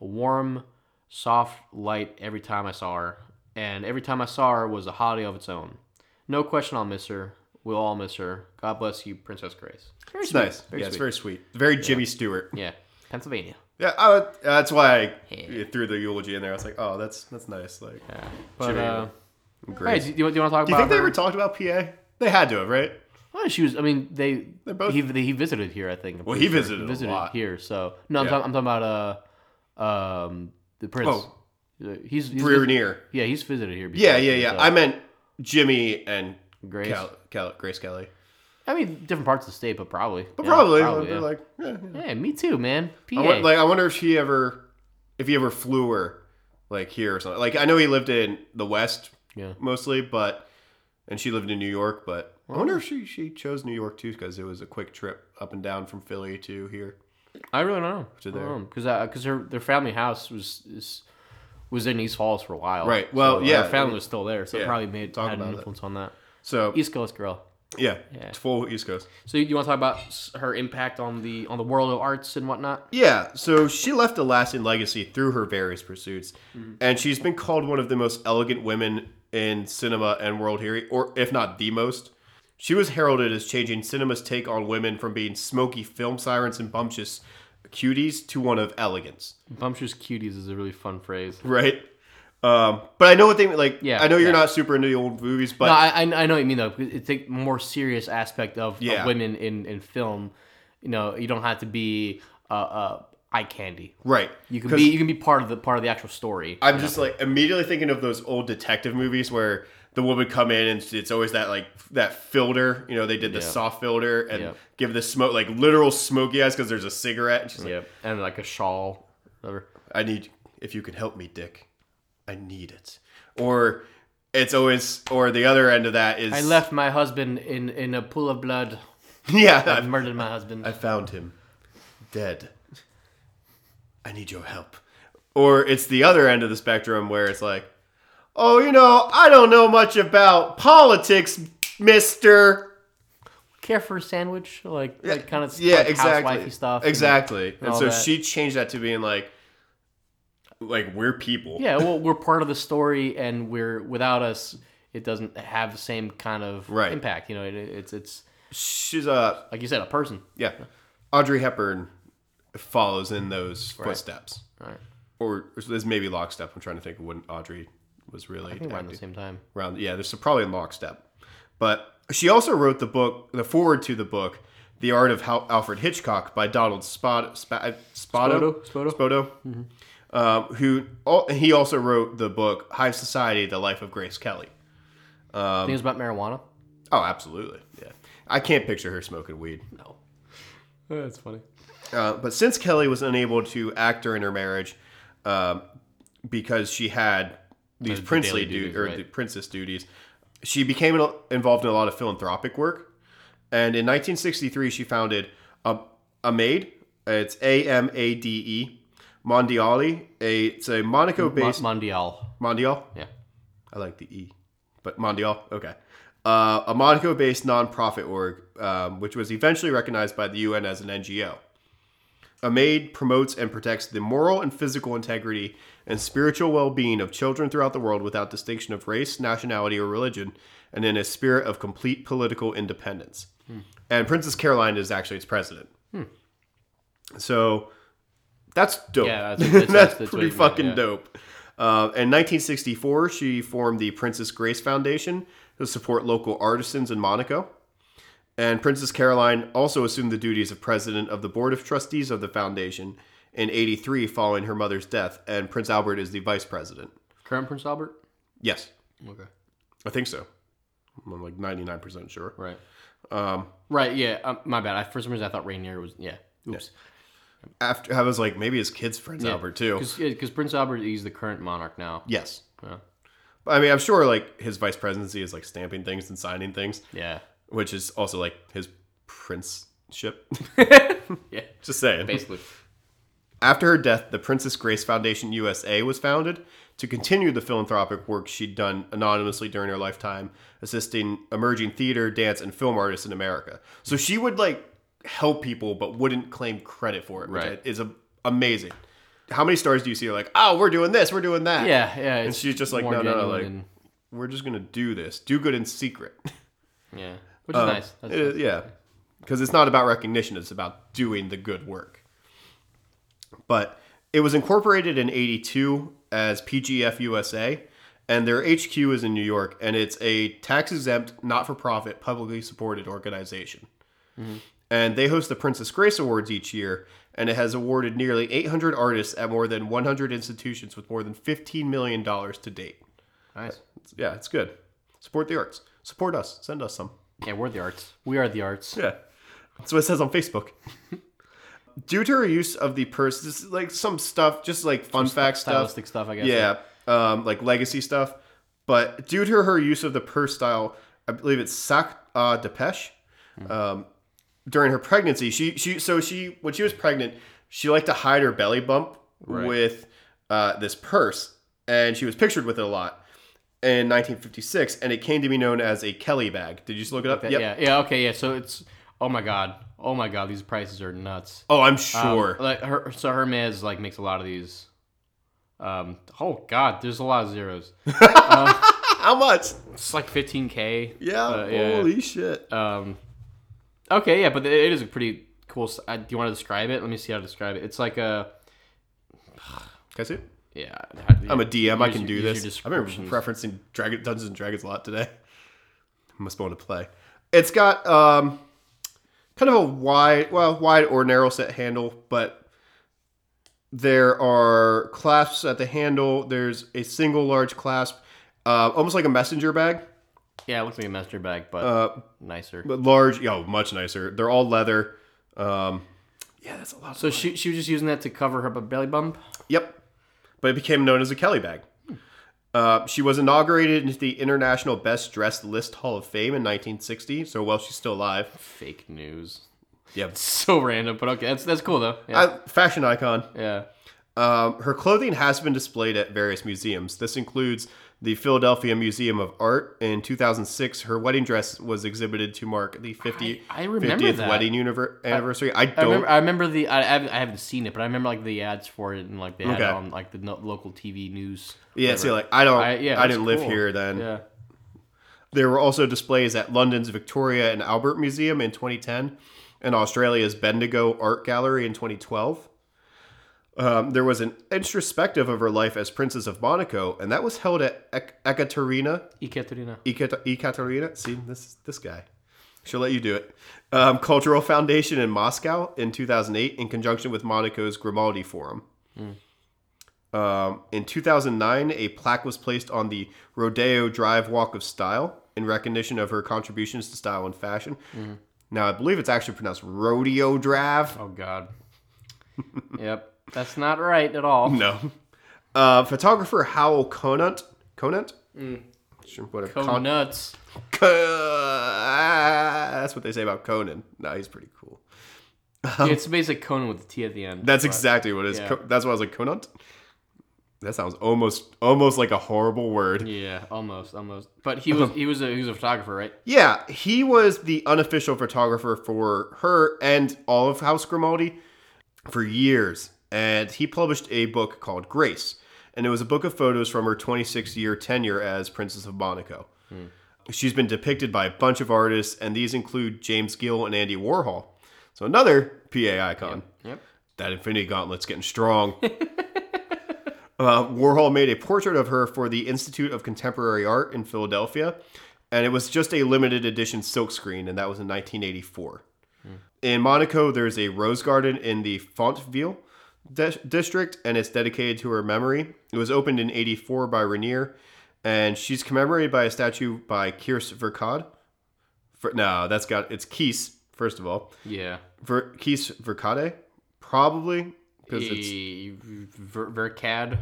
a warm, soft light every time I saw her, and every time I saw her was a holiday of its own. No question, I'll miss her. We'll all miss her. God bless you, Princess Grace. it's nice. Very yeah, it's sweet. very sweet. Very Jimmy Stewart. Yeah, Pennsylvania. Yeah, I would, that's why I threw the eulogy in there. I was like, oh, that's that's nice. Like, But uh, hey, great. do you, do you want to talk Do you about? think they her? ever talked about PA? They had to have, right? Well, she was. I mean, they. They're both- He, he visited here, I think. I'm Well, pretty he visited a lot. here. So no, I'm, Yeah. talking, I'm talking about uh, um, the prince. Oh. Uh, he's, he's Breer vis- near. Yeah, he's visited here. Before, Yeah, yeah, yeah. so- I meant Jimmy and Grace. Cal, Cal, Grace Kelly. I mean, different parts of the state, but probably. But Yeah, probably, I'd be yeah. like, eh, yeah, yeah. Yeah, me too, man. PA. I won- like I wonder if she ever, if he ever flew her, like here or something. Like I know he lived in the West yeah. mostly, but and she lived in New York. But I wonder if she she chose New York too because it was a quick trip up and down from Philly to here. I really don't know. To there. because because her their family house was is, was in East Falls for a while. Right, well, So uh, yeah. her family was still there, so Yeah, it probably made talk had an about it. influence on that. So East Coast girl. yeah, Yeah. it's full East Coast. So you, you want to talk about s- her impact on the on the world of arts and whatnot? Yeah, so she left a lasting legacy through her various pursuits, Mm-hmm. and she's been called one of the most elegant women in cinema and world history, or if not the most. She was heralded as changing cinema's take on women from being smoky film sirens and bumptious cuties to one of elegance, Bumptious cuties is a really fun phrase. right? Um, but I know what they mean. Like, Yeah, I know you're yeah. not super into the old movies, but No, I, I I know what you mean though. 'cause It's a more serious aspect of, of Yeah. women in, in film. You know, you don't have to be uh, uh, eye candy. right, You can 'Cause be you can be part of the part of the actual story. I'm just like immediately thinking of those old detective movies where the woman come in and it's always that like that filter. You know, they did the soft filter and Yep. give the smoke like literal smoky eyes because there's a cigarette. And she's like, yeah, and like a shawl, whatever. "I need if you can help me, Dick. I need it." Or it's always or the other end of that is I left my husband in, in a pool of blood. Yeah, I I, murdered my husband. I found him dead. I need your help. Or it's the other end of the spectrum where it's like, oh, you know, I don't know much about politics, mister. Care for a sandwich, like, like kind of Yeah, like exactly. housewifey stuff. and- Exactly. And, all so that. she changed that to being like, like we're people. yeah, well, we're part of the story, and we're without us, it doesn't have the same kind of Right. impact. You know, it, it's it's She's a like you said, a person. yeah. Audrey Hepburn follows in those footsteps, All right, or, or there's maybe lockstep. I'm trying to think of when Audrey was really around active. the same time. around yeah there's probably in lockstep but she also wrote the book the forward to the book the art of Hal- alfred hitchcock by donald Spot, Spa, uh, Spotto, Spoto, Spoto. um, who al- he also wrote the book high society the life of grace kelly Things about marijuana. oh absolutely yeah i can't picture her smoking weed No, that's funny. Uh, but since Kelly was unable to act during her marriage, um, because she had these The princely daily duties duties, or right. the princess duties, she became in- involved in a lot of philanthropic work. And in 1963, she founded a, a maid. It's A M A D E Mondiali. A it's a Monaco Mon- based Mondial. Mondial. Yeah. I like the E, but Mondial, okay. Uh, a Monaco based nonprofit org, um, which was eventually recognized by the UN as an NGO. A maid promotes and protects the moral and physical integrity and spiritual well being of children throughout the world without distinction of race, nationality, or religion, and in a spirit of complete political independence. And Princess Caroline is actually its president. So that's dope. Yeah, that's, that's- that's- that's- that's pretty what you meant, fucking yeah. dope. Uh, in 1964, she formed the Princess Grace Foundation to support local artisans in Monaco. And Princess Caroline also assumed the duties of president of the board of trustees of the foundation in 83 following her mother's death. And Prince Albert is the vice president. Current Prince Albert. Yes, Okay. I think so. I'm like 99% sure. Right. Um, Right. Yeah. Um, my bad. I, for some reason, I thought Rainier was. Yeah. Oops. after I was like, maybe his kid's Prince Albert too. Because Prince Albert is the current monarch now. Yes. Yeah. I mean, I'm sure like his vice presidency is like stamping things and signing things, Yeah. which is also like his princeship. Yeah. Just saying. Basically. After her death, the Princess Grace Foundation USA was founded to continue the philanthropic work she'd done anonymously during her lifetime, assisting emerging theater, dance, and film artists in America. So she would like help people, but wouldn't claim credit for it, which Right. is a- amazing. How many stars do you see? Are like, oh, we're doing this, we're doing that. Yeah. Yeah. And she's just like, more no, no, no, genuine like, we're just gonna do this, do good in secret. and- yeah, which Um, is nice. That's It is- yeah, because it's not about recognition; it's about doing the good work. But it was incorporated in 82 as PGF USA, and their HQ is in New York, and it's a tax exempt, not for profit, publicly supported organization. And they host the Princess Grace Awards each year, and it has awarded nearly 800 artists at more than 100 institutions with more than $15 million to date. Nice. It's- yeah, it's good. Support the arts. Support us. Send us some. Yeah, we're the arts. We are the arts. Yeah. That's what it says on Facebook. Due to her use of the purse, this is like some stuff, just like fun fact stuff. Stylistic stuff, I guess. Yeah. Um, like legacy stuff. But due to her use of the purse style, I believe it's sac uh, de peche, Hmm. um, during her pregnancy, she, she, so she, when she was pregnant, she liked to hide her belly bump with uh, this purse. And she was pictured with it a lot in 1956. And it came to be known as a Kelly bag. Did you just look it up? That- Yep. Yeah. Yeah. Okay. Yeah. So it's. Oh my god. Oh my god. These prices are nuts. Oh, I'm Um, sure. like her. So Hermes like makes a lot of these. Um. Oh god. There's a lot of zeros. How much? It's like 15k. Yeah, Uh, yeah. holy shit. Um, okay, yeah, but it is a pretty cool. s- I, do you want to describe it? Let me see how to describe it. It's like a Can I see it? yeah. I'm a DM. I Use can your- do use your this. I've been descriptions. referencing Dragon Dungeons and Dragons a lot today. Must want to play. It's got um, kind of a wide, well, wide or narrow set handle, but there are clasps at the handle. There's a single large clasp, uh, almost like a messenger bag. yeah. It looks like a master bag, but Uh, nicer. but large, yo, much nicer. They're all leather. Um, yeah, that's a lot. so she she was just using that to cover her bu- belly bump. Yep. But it became known as a Kelly bag. Uh, she was inaugurated into the International Best Dressed List Hall of Fame in 1960. So while she's still alive, Fake news. yep, So random, but okay. That's that's cool though. Yeah. I, Uh, fashion icon. yeah. Um, her clothing has been displayed at various museums. This includes the Philadelphia Museum of Art. In 2006, her wedding dress was exhibited to mark the 50, I- I remember 50th that. wedding univer- anniversary. I I don't. remember, I remember the I, I haven't, I haven't seen it, but I remember like the ads for it and like they had Okay. it on like the no- local TV news. yeah, see, like I don't. I, yeah, I that's didn't live cool. here then. Yeah, There were also displays at London's Victoria and Albert Museum in 2010 and Australia's Bendigo Art Gallery in 2012. Um, there was an introspective of her life as Princess of Monaco, and that was held at Ek- Ekaterina. Ekaterina. Ekat- Ekaterina? See, this this guy. She'll let you do it. Um, Cultural Foundation in Moscow in 2008 in conjunction with Monaco's Grimaldi Forum. Um, in 2009, a plaque was placed on the Rodeo Drive Walk of Style in recognition of her contributions to style and fashion. Now, I believe it's actually pronounced Rodeo Drive. Oh God. yep, that's not right at all. No. Uh, photographer Howell Conant. Conant? Sure, whatever. Go Con- nuts. Co- Ah, that's what they say about Conan. No, he's pretty cool. Yeah, it's basically Conan with the T at the end. Oh. That's exactly what it is. yeah. Co- that's why I was like Conan. That sounds almost almost like a horrible word. yeah, almost, almost. But he was he was a he was a photographer, right? Yeah, he was the unofficial photographer for her and all of House Grimaldi for years, and he published a book called Grace, and it was a book of photos from her 26-year tenure as Princess of Monaco. She's been depicted by a bunch of artists, and these include James Gill and Andy Warhol. So another PA icon. Yep. that Infinity Gauntlet's getting strong. uh, Warhol made a portrait of her for the Institute of Contemporary Art in Philadelphia, and it was just a limited edition silkscreen, and that was in 1984. In Monaco, there's a rose garden in the Fontville dis- district, and it's dedicated to her memory. It was opened in 84 by Rainier, and she's commemorated by a statue by Kirst Verkade. For, no, that's got it's Kies, first of all. Yeah. Ver- Keith Vercade, probably because it's E- Ver- Vercad,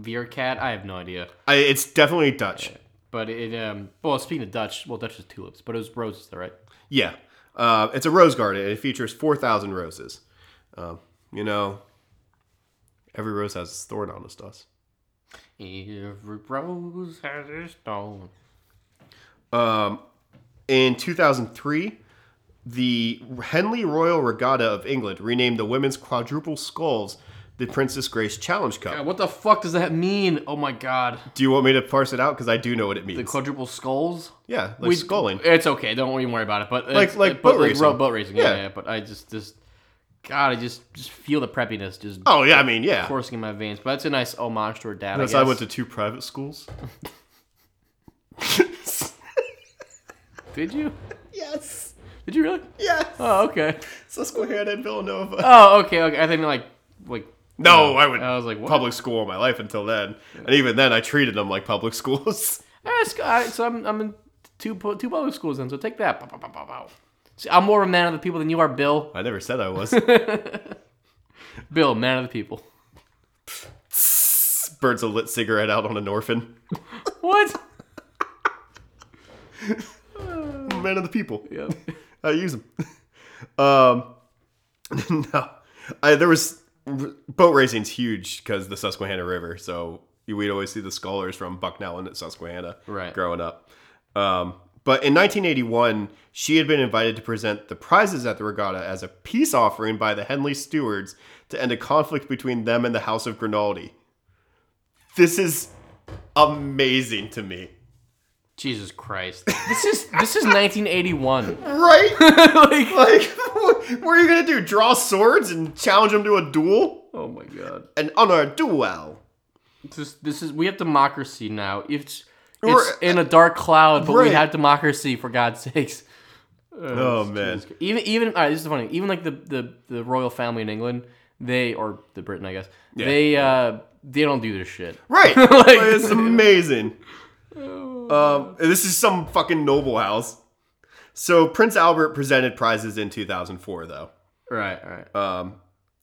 Vercad. I have no idea. I, it's definitely Dutch. But it um well speaking of Dutch, well Dutch is tulips, but it was roses, though, right? Yeah, uh, it's a rose garden. and It features four thousand roses. Um, you know, every rose has its thorn on its dust. Every rose has its thorn. Um, In two thousand three, the Henley Royal Regatta of England renamed the women's quadruple skulls the Princess Grace Challenge Cup. God, Uh, What the fuck does that mean? Oh my god, Do you want me to parse it out? Because I do know what it the means. quadruple skulls. yeah, like We- sculling. It's okay. Don't even worry about it. But Like- it's- like but boat like racing. row- boat racing. Yeah. Yeah. yeah, But I just just God, I just just feel the preppiness just Oh yeah, I mean yeah. coursing in my veins. But it's a nice homage to her dad. I, Unless I guess. went to two private schools. Did you? yes. Did you really? Yes. Oh, okay. Susquehanna and Villanova. Oh, okay. Okay. I think like like no, I went I was like what? public school all my life until then, and even then I treated them like public schools. Ah, sc- I- so I'm I'm in two pu- two public schools then. So take that. Pow, pow, pow, pow, pow. See, I'm more of a man of the people than you are, Bill. I never said I was. Bill, man of the people. Burns a lit cigarette out on an orphan. What? Man of the people. Yeah. I use them. Um, no, I, there was boat racing's huge because the Susquehanna River. So we'd always see the scholars from Bucknell and at Susquehanna Right. growing up. Um, but in 1981, she had been invited to present the prizes at the regatta as a peace offering by the Henley stewards to end a conflict between them and the House of Grimaldi. This is amazing to me. Jesus Christ. This is this is 1981. Right? like Like, what are you gonna do? Draw swords and challenge them to a duel? oh my god. An honor duel. This this is we have democracy now. It's it's We're- in a dark cloud, but we Right. have democracy for God's sakes. Oh man. Even even all right, this is funny. Even like the, the the royal family in England, they or the Britain, I guess. They uh they don't do this shit. Right. Like, it's amazing. Um, this is some fucking noble house. So Prince Albert presented prizes in 2004 though. Right, right.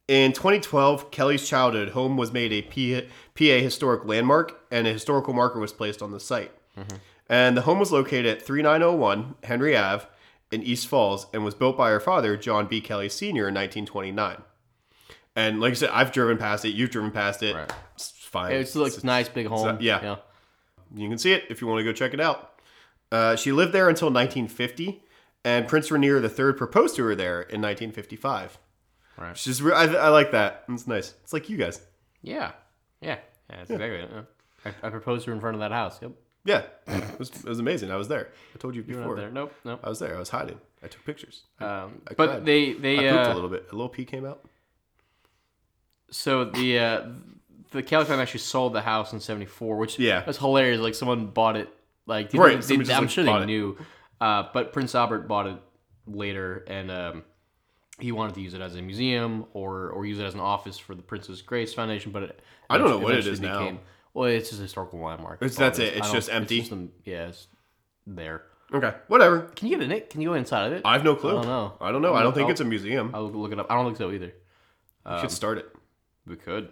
In 2012, Kelly's childhood home was made a P- PA historic landmark, and a historical marker was placed on the site. Mm-hmm. And the home was located at 3901 Henry Ave in East Falls and was built by her father, John B. Kelly Sr., in 1929. And like I said, I've driven past it. You've driven past it. Right. It's fine. It's like It's- nice big home. yeah. you can see it if you want to go check it out. Uh, she lived there until 1950, and Prince Rainier III proposed to her there in 1955. Right. She's re- I, I like that. It's nice. It's like you guys. Yeah. Yeah. Yeah, that's exactly it. yeah. I, I proposed to her in front of that house. Yep. Yeah, it was, it was amazing. I was there. I told you You're before. not there. Nope. Nope. I was there. I was hiding. I took pictures. Um, I but cried. they I they pooped a uh, little bit. A little pee came out. so the uh, the Kelly family actually sold the house in '74, which Yeah. that's hilarious. Like someone bought it, like they Right, didn't- they- somebody just, I'm like, sure bought they it. knew, uh, but Prince Albert bought it later, and um, he wanted to use it as a museum or or use it as an office for the Princess Grace Foundation. But it, I don't know what it eventually is now. Well, it's just a historical landmark. It's- all that's is. it. It's I don't- just empty. It's just, yeah, it's there. Okay, whatever. Can you get in it? Can you go inside of it? I have no clue. I don't know. I don't know. I don't think I'll- it's a museum. Um, I'll look it up. I don't think so either. you should start it. We could.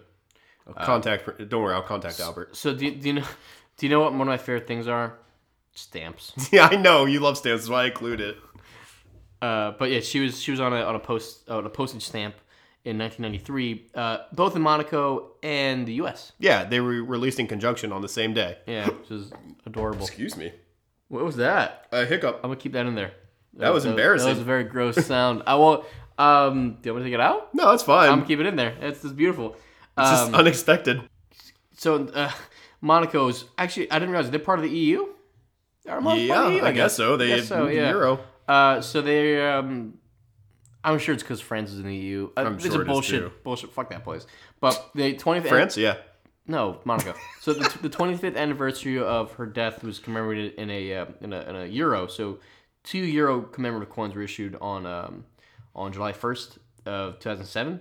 I'll contact. Don't worry. I'll contact Albert. So do, do you know? Do you know what one of my favorite things are? Stamps. yeah, I know you love stamps. That's why I included it. Uh, but yeah, she was she was on a on a post uh, on a postage stamp in 1993, uh, both in Monaco and the U.S. Yeah, they were released in conjunction on the same day. Yeah, which is adorable. Excuse me. What was that? A hiccup. I'm gonna keep that in there. That was embarrassing. That was a very gross sound. I won't. Um, do you want me to take it out? No, it's fine. I'm gonna keep it in there. It's just beautiful. it's just Um, unexpected. so uh, Monaco's actually I didn't realize they're part of the EU. Are Monaco Yeah, part of the I, EU? guess, so. They Guess so, moved the yeah. euro. Uh, so they, um, I'm sure it's because France is in the EU. Uh, I'm it's sure a it is, bullshit, too. bullshit. Fuck that place. But the 25th, France, yeah. no, Monaco. so the, the 25th anniversary of her death was commemorated in a uh, in a in a euro. So two euro commemorative coins were issued on um, on July 1st of 2007.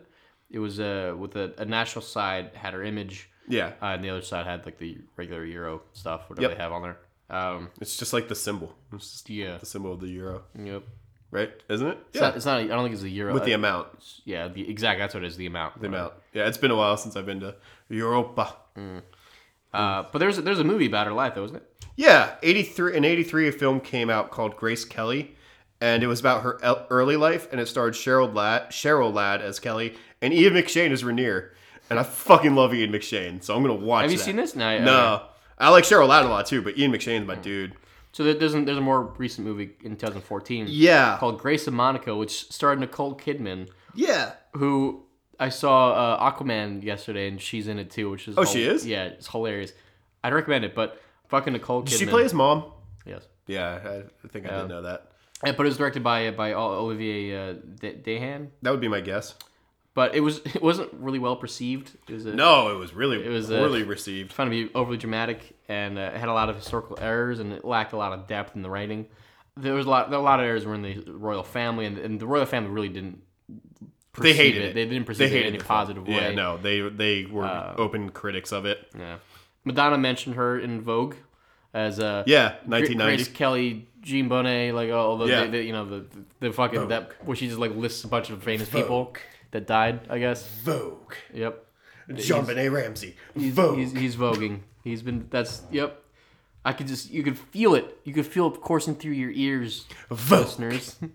It was uh, with a, a national side had her image, Yeah. uh, and the other side had like the regular euro stuff, whatever Yep. they have on there. Um, It's just like the symbol. It's just yeah, the symbol of the euro, yep. right? Isn't it? It's yeah. not. It's not. I don't think it's a euro. With I- the amount. Yeah, the exact that's what it is, the amount. The amount. Yeah, it's been a while since I've been to Europa. Uh, but there's a, there's a movie about her life though, isn't it? Yeah, 83 in 83 a film came out called Grace Kelly and it was about her el- early life and it starred Cheryl Ladd, Cheryl Ladd as Kelly and Ian McShane as Rainier. And I fucking love Ian McShane, so I'm going to watch Have you that. seen this? No. okay. No. I like Cheryl Ladd a lot too, but Ian McShane's my dude. So there, there's a, there's a more recent movie in 2014 Yeah. called Grace of Monaco, which starred Nicole Kidman, Yeah. who I saw uh, Aquaman yesterday, and she's in it too, which is Oh, she is? Yeah, it's hilarious. I'd recommend it, but fucking Nicole Kidman. Did she play his mom? Yes. Yeah, I- I think I did know that. And- but it was directed by by Olivier uh, De- Dehan. That would be my guess. But it was it wasn't really well perceived. It was a, No, it was really It was, uh, poorly received. found to be overly dramatic and uh, it had a lot of historical errors and it lacked a lot of depth in the writing. There was a lot. There were a lot of errors were in the royal family, and, and the royal family really didn't. They perceive hated it. They didn't perceive it in any the film. positive way. Yeah, no, they they were Uh, open critics of it. Yeah. Madonna mentioned her in Vogue as a Yeah, Gra- 1990. Grace Kelly, Jean Bonnet, like all the, Yeah. the, the- you know the the fucking that where she just like lists a bunch of famous people that died. I guess. Vogue. Yep. John Benet Ramsey. He's, He's, he's voguing. He's been. That's yep. I could just you could feel it. You could feel it coursing through your ears, Vogue. listeners. Um,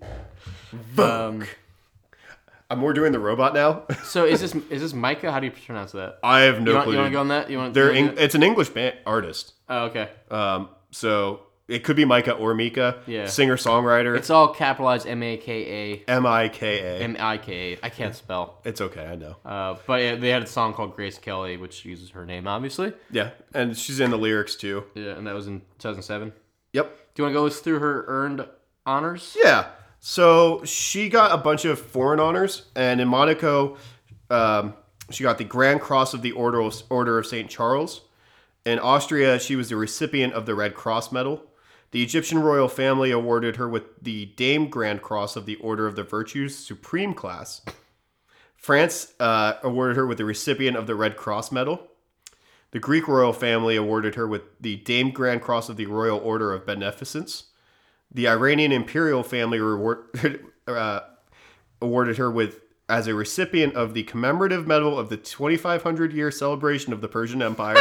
Vogue. I'm more doing the robot now. So is this is this Micah? How do you pronounce that? I have You no want, clue. you want to go on that? You want They're you wanna Eng- do it's an English band artist. that? Oh, okay. Um, so it could be Micah or Mika. Yeah. Singer songwriter. It's all capitalized M A K M I K A A. M I K A. I can't spell. It's okay, I know. Uh, but yeah, they had a song called Grace Kelly, which uses her name, obviously. Yeah, and she's in the lyrics too. Yeah, and that was in 2007. Yep. Do you want to go through her earned honors? Yeah. So she got a bunch of foreign honors, and in Monaco, um, she got the Grand Cross of the Order of, Order of Saint Charles. In Austria, she was the recipient of the Red Cross Medal. The Egyptian royal family awarded her with the Dame Grand Cross of the Order of the Virtues Supreme class. France uh, awarded her with the recipient of the Red Cross Medal. The Greek royal family awarded her with the Dame Grand Cross of the Royal Order of Beneficence. The Iranian imperial family reward, uh, awarded her with as a recipient of the commemorative medal of the 2500 year celebration of the Persian Empire.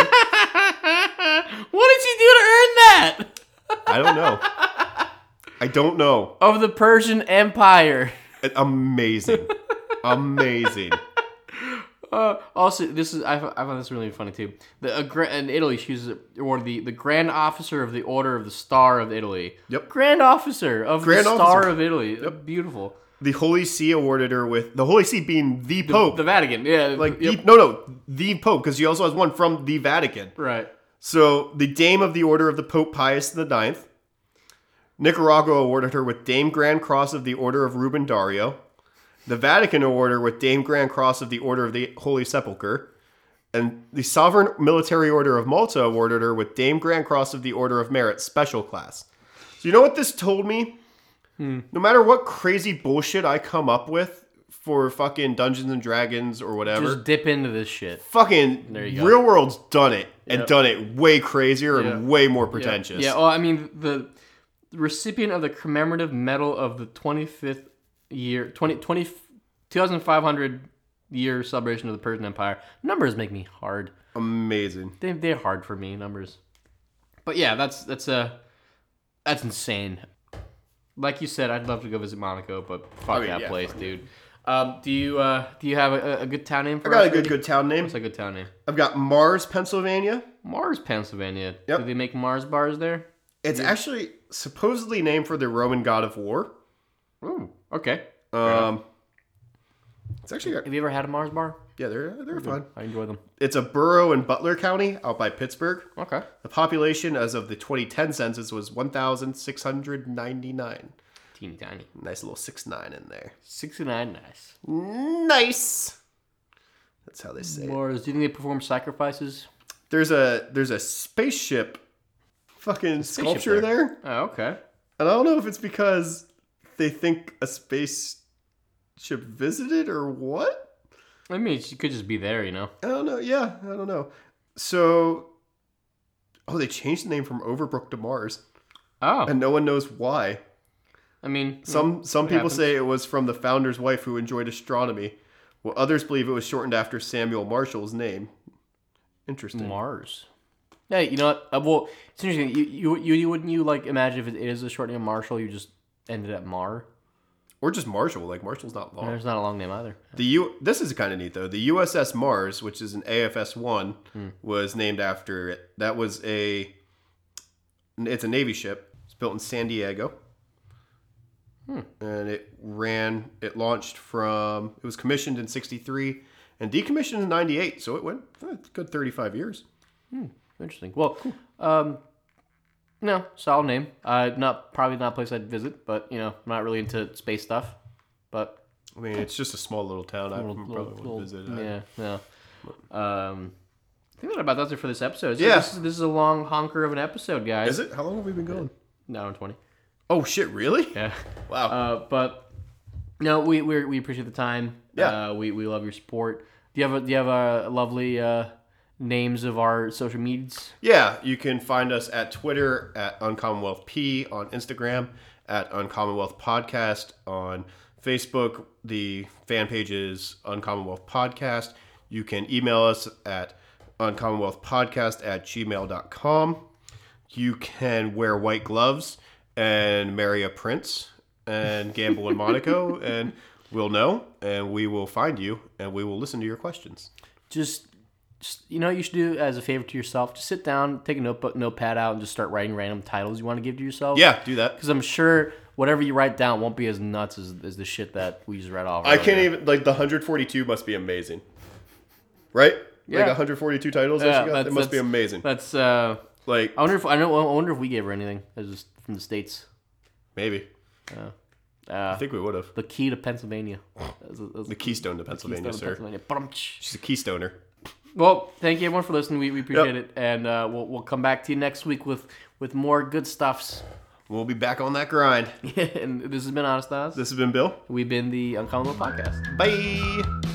What did she do to earn that? I don't know. I don't know. Of the Persian Empire. Amazing. Amazing. Uh, also, this is I, f- I found this really funny too. The a, gra- in Italy, she was awarded the, the Grand Officer of the Order of the Star of Italy. Yep. Grand Officer of Grand the Star Officer. of Italy. Beautiful. The Holy See awarded her with the Holy See being the Pope. The Vatican. Yeah. like yep. the, no no, the Pope because she also has one from the Vatican. right. So the Dame of the Order of the Pope Pius IX. Nicaragua awarded her with Dame Grand Cross of the Order of Ruben Dario. The Vatican awarded her with Dame Grand Cross of the Order of the Holy Sepulchre. And the Sovereign Military Order of Malta awarded her with Dame Grand Cross of the Order of Merit Special Class. So you know what this told me? No matter what crazy bullshit I come up with for fucking Dungeons and Dragons or whatever, Just dip into this shit. fucking you go. real world's done it and Yep. done it way crazier and Yeah. way more pretentious. Yeah, well, I mean, the recipient of the commemorative medal of the 25th year, 20, 20, 2500 year celebration of the Persian Empire. Numbers make me hard. Amazing. They, they're hard for me, numbers. But yeah, that's, that's, uh, that's insane. Like you said, I'd love to go visit Monaco, but fuck mean, that Oh, yeah, place, dude. Um, do you, uh, do you have a, a good town name for I got us, a good Randy? good town name. What's a good town name? I've got Mars, Pennsylvania. Mars, Pennsylvania. Yep. Do they make Mars bars there? It's actually supposedly named for the Roman god of war. Ooh, okay. Um, it's actually got, Have you ever had a Mars bar? yeah, they're they're fun. I enjoy them. It's a borough in Butler County, out by Pittsburgh. Okay. The population as of the 2010 census was 1,699. Teeny tiny. Nice little six nine in there. 69, nice. Nice. That's how they say it. Mars, do you think they perform sacrifices? there's a there's a spaceship fucking spaceship sculpture there. Oh, okay. and i don't know if it's because they think a spaceship visited or what I mean, she could just be there, you know? i don't know yeah i don't know so oh they changed the name from overbrook to mars Oh, and no one knows why I mean, some some it people happens. say it was from the founder's wife who enjoyed astronomy while others believe it was shortened after samuel marshall's name interesting Mars. Hey, you know what? Uh, well, it's interesting. You, you, you, you wouldn't you like imagine if it is a short name Marshall, you just ended at Mar? or just marshall like marshall's not long There's not a long name either. The U. This is kind of neat though. The USS Mars, which is an AFS one, Hmm. was named after it. That was a. It's a Navy ship. It's built in San Diego. Hmm. And it ran. It launched from. It was commissioned in '63 and decommissioned in '98. So it went a good 35 years. Interesting. Well, um, no, solid name. Uh, not probably not a place I'd visit, but you know, I'm not really into space stuff. But I mean, it's just a small little town. I Little- probably little- won't visit. uh, I- Yeah, no. Um, I think that about does it for this episode. So Yeah. This, is- this is a long honker of an episode, guys. Is it? How long have we been going? An hour and 20. Oh shit! Really? Yeah. Wow. Uh, but no, we we we appreciate the time. Yeah. Uh, we we love your support. Do you have a, do you have a lovely uh, names of our social medias? Yeah, you can find us at Twitter at UncommonwealthP, on Instagram at Uncommonwealth Podcast, on Facebook, the fan page is Uncommonwealth Podcast. You can email us at uncommonwealthpodcast at gmail.com. You can wear white gloves and marry a prince and gamble in Monaco, and we'll know, and we will find you, and we will listen to your questions. Just, just you know, what you should do as a favor to yourself. Just sit down, take a notebook, notepad out, and just start writing random titles you want to give to yourself. Yeah, do that. Because I'm sure whatever you write down won't be as nuts as, as the shit that we just read off. I can't earlier. even like the 142 must be amazing, right? Yeah. Like 142 titles that Yeah, she got. It that's- must be that's- amazing. That's. Uh, Like I wonder if I know. I wonder if we gave her anything. As just from the states. maybe Uh, I think we would have the key to Pennsylvania. That was- that was- the Keystone to Pennsylvania, Keystone, sir. Pennsylvania. Ba-dum-tsh. She's a Keystoner. Well, thank you everyone for listening. We, we appreciate it, and uh, we'll, we'll come back to you next week with with more good stuffs. We'll be back on that grind. and this has been Honest Oz. This has been Bill. We've been the Uncommonwealth Podcast. Bye.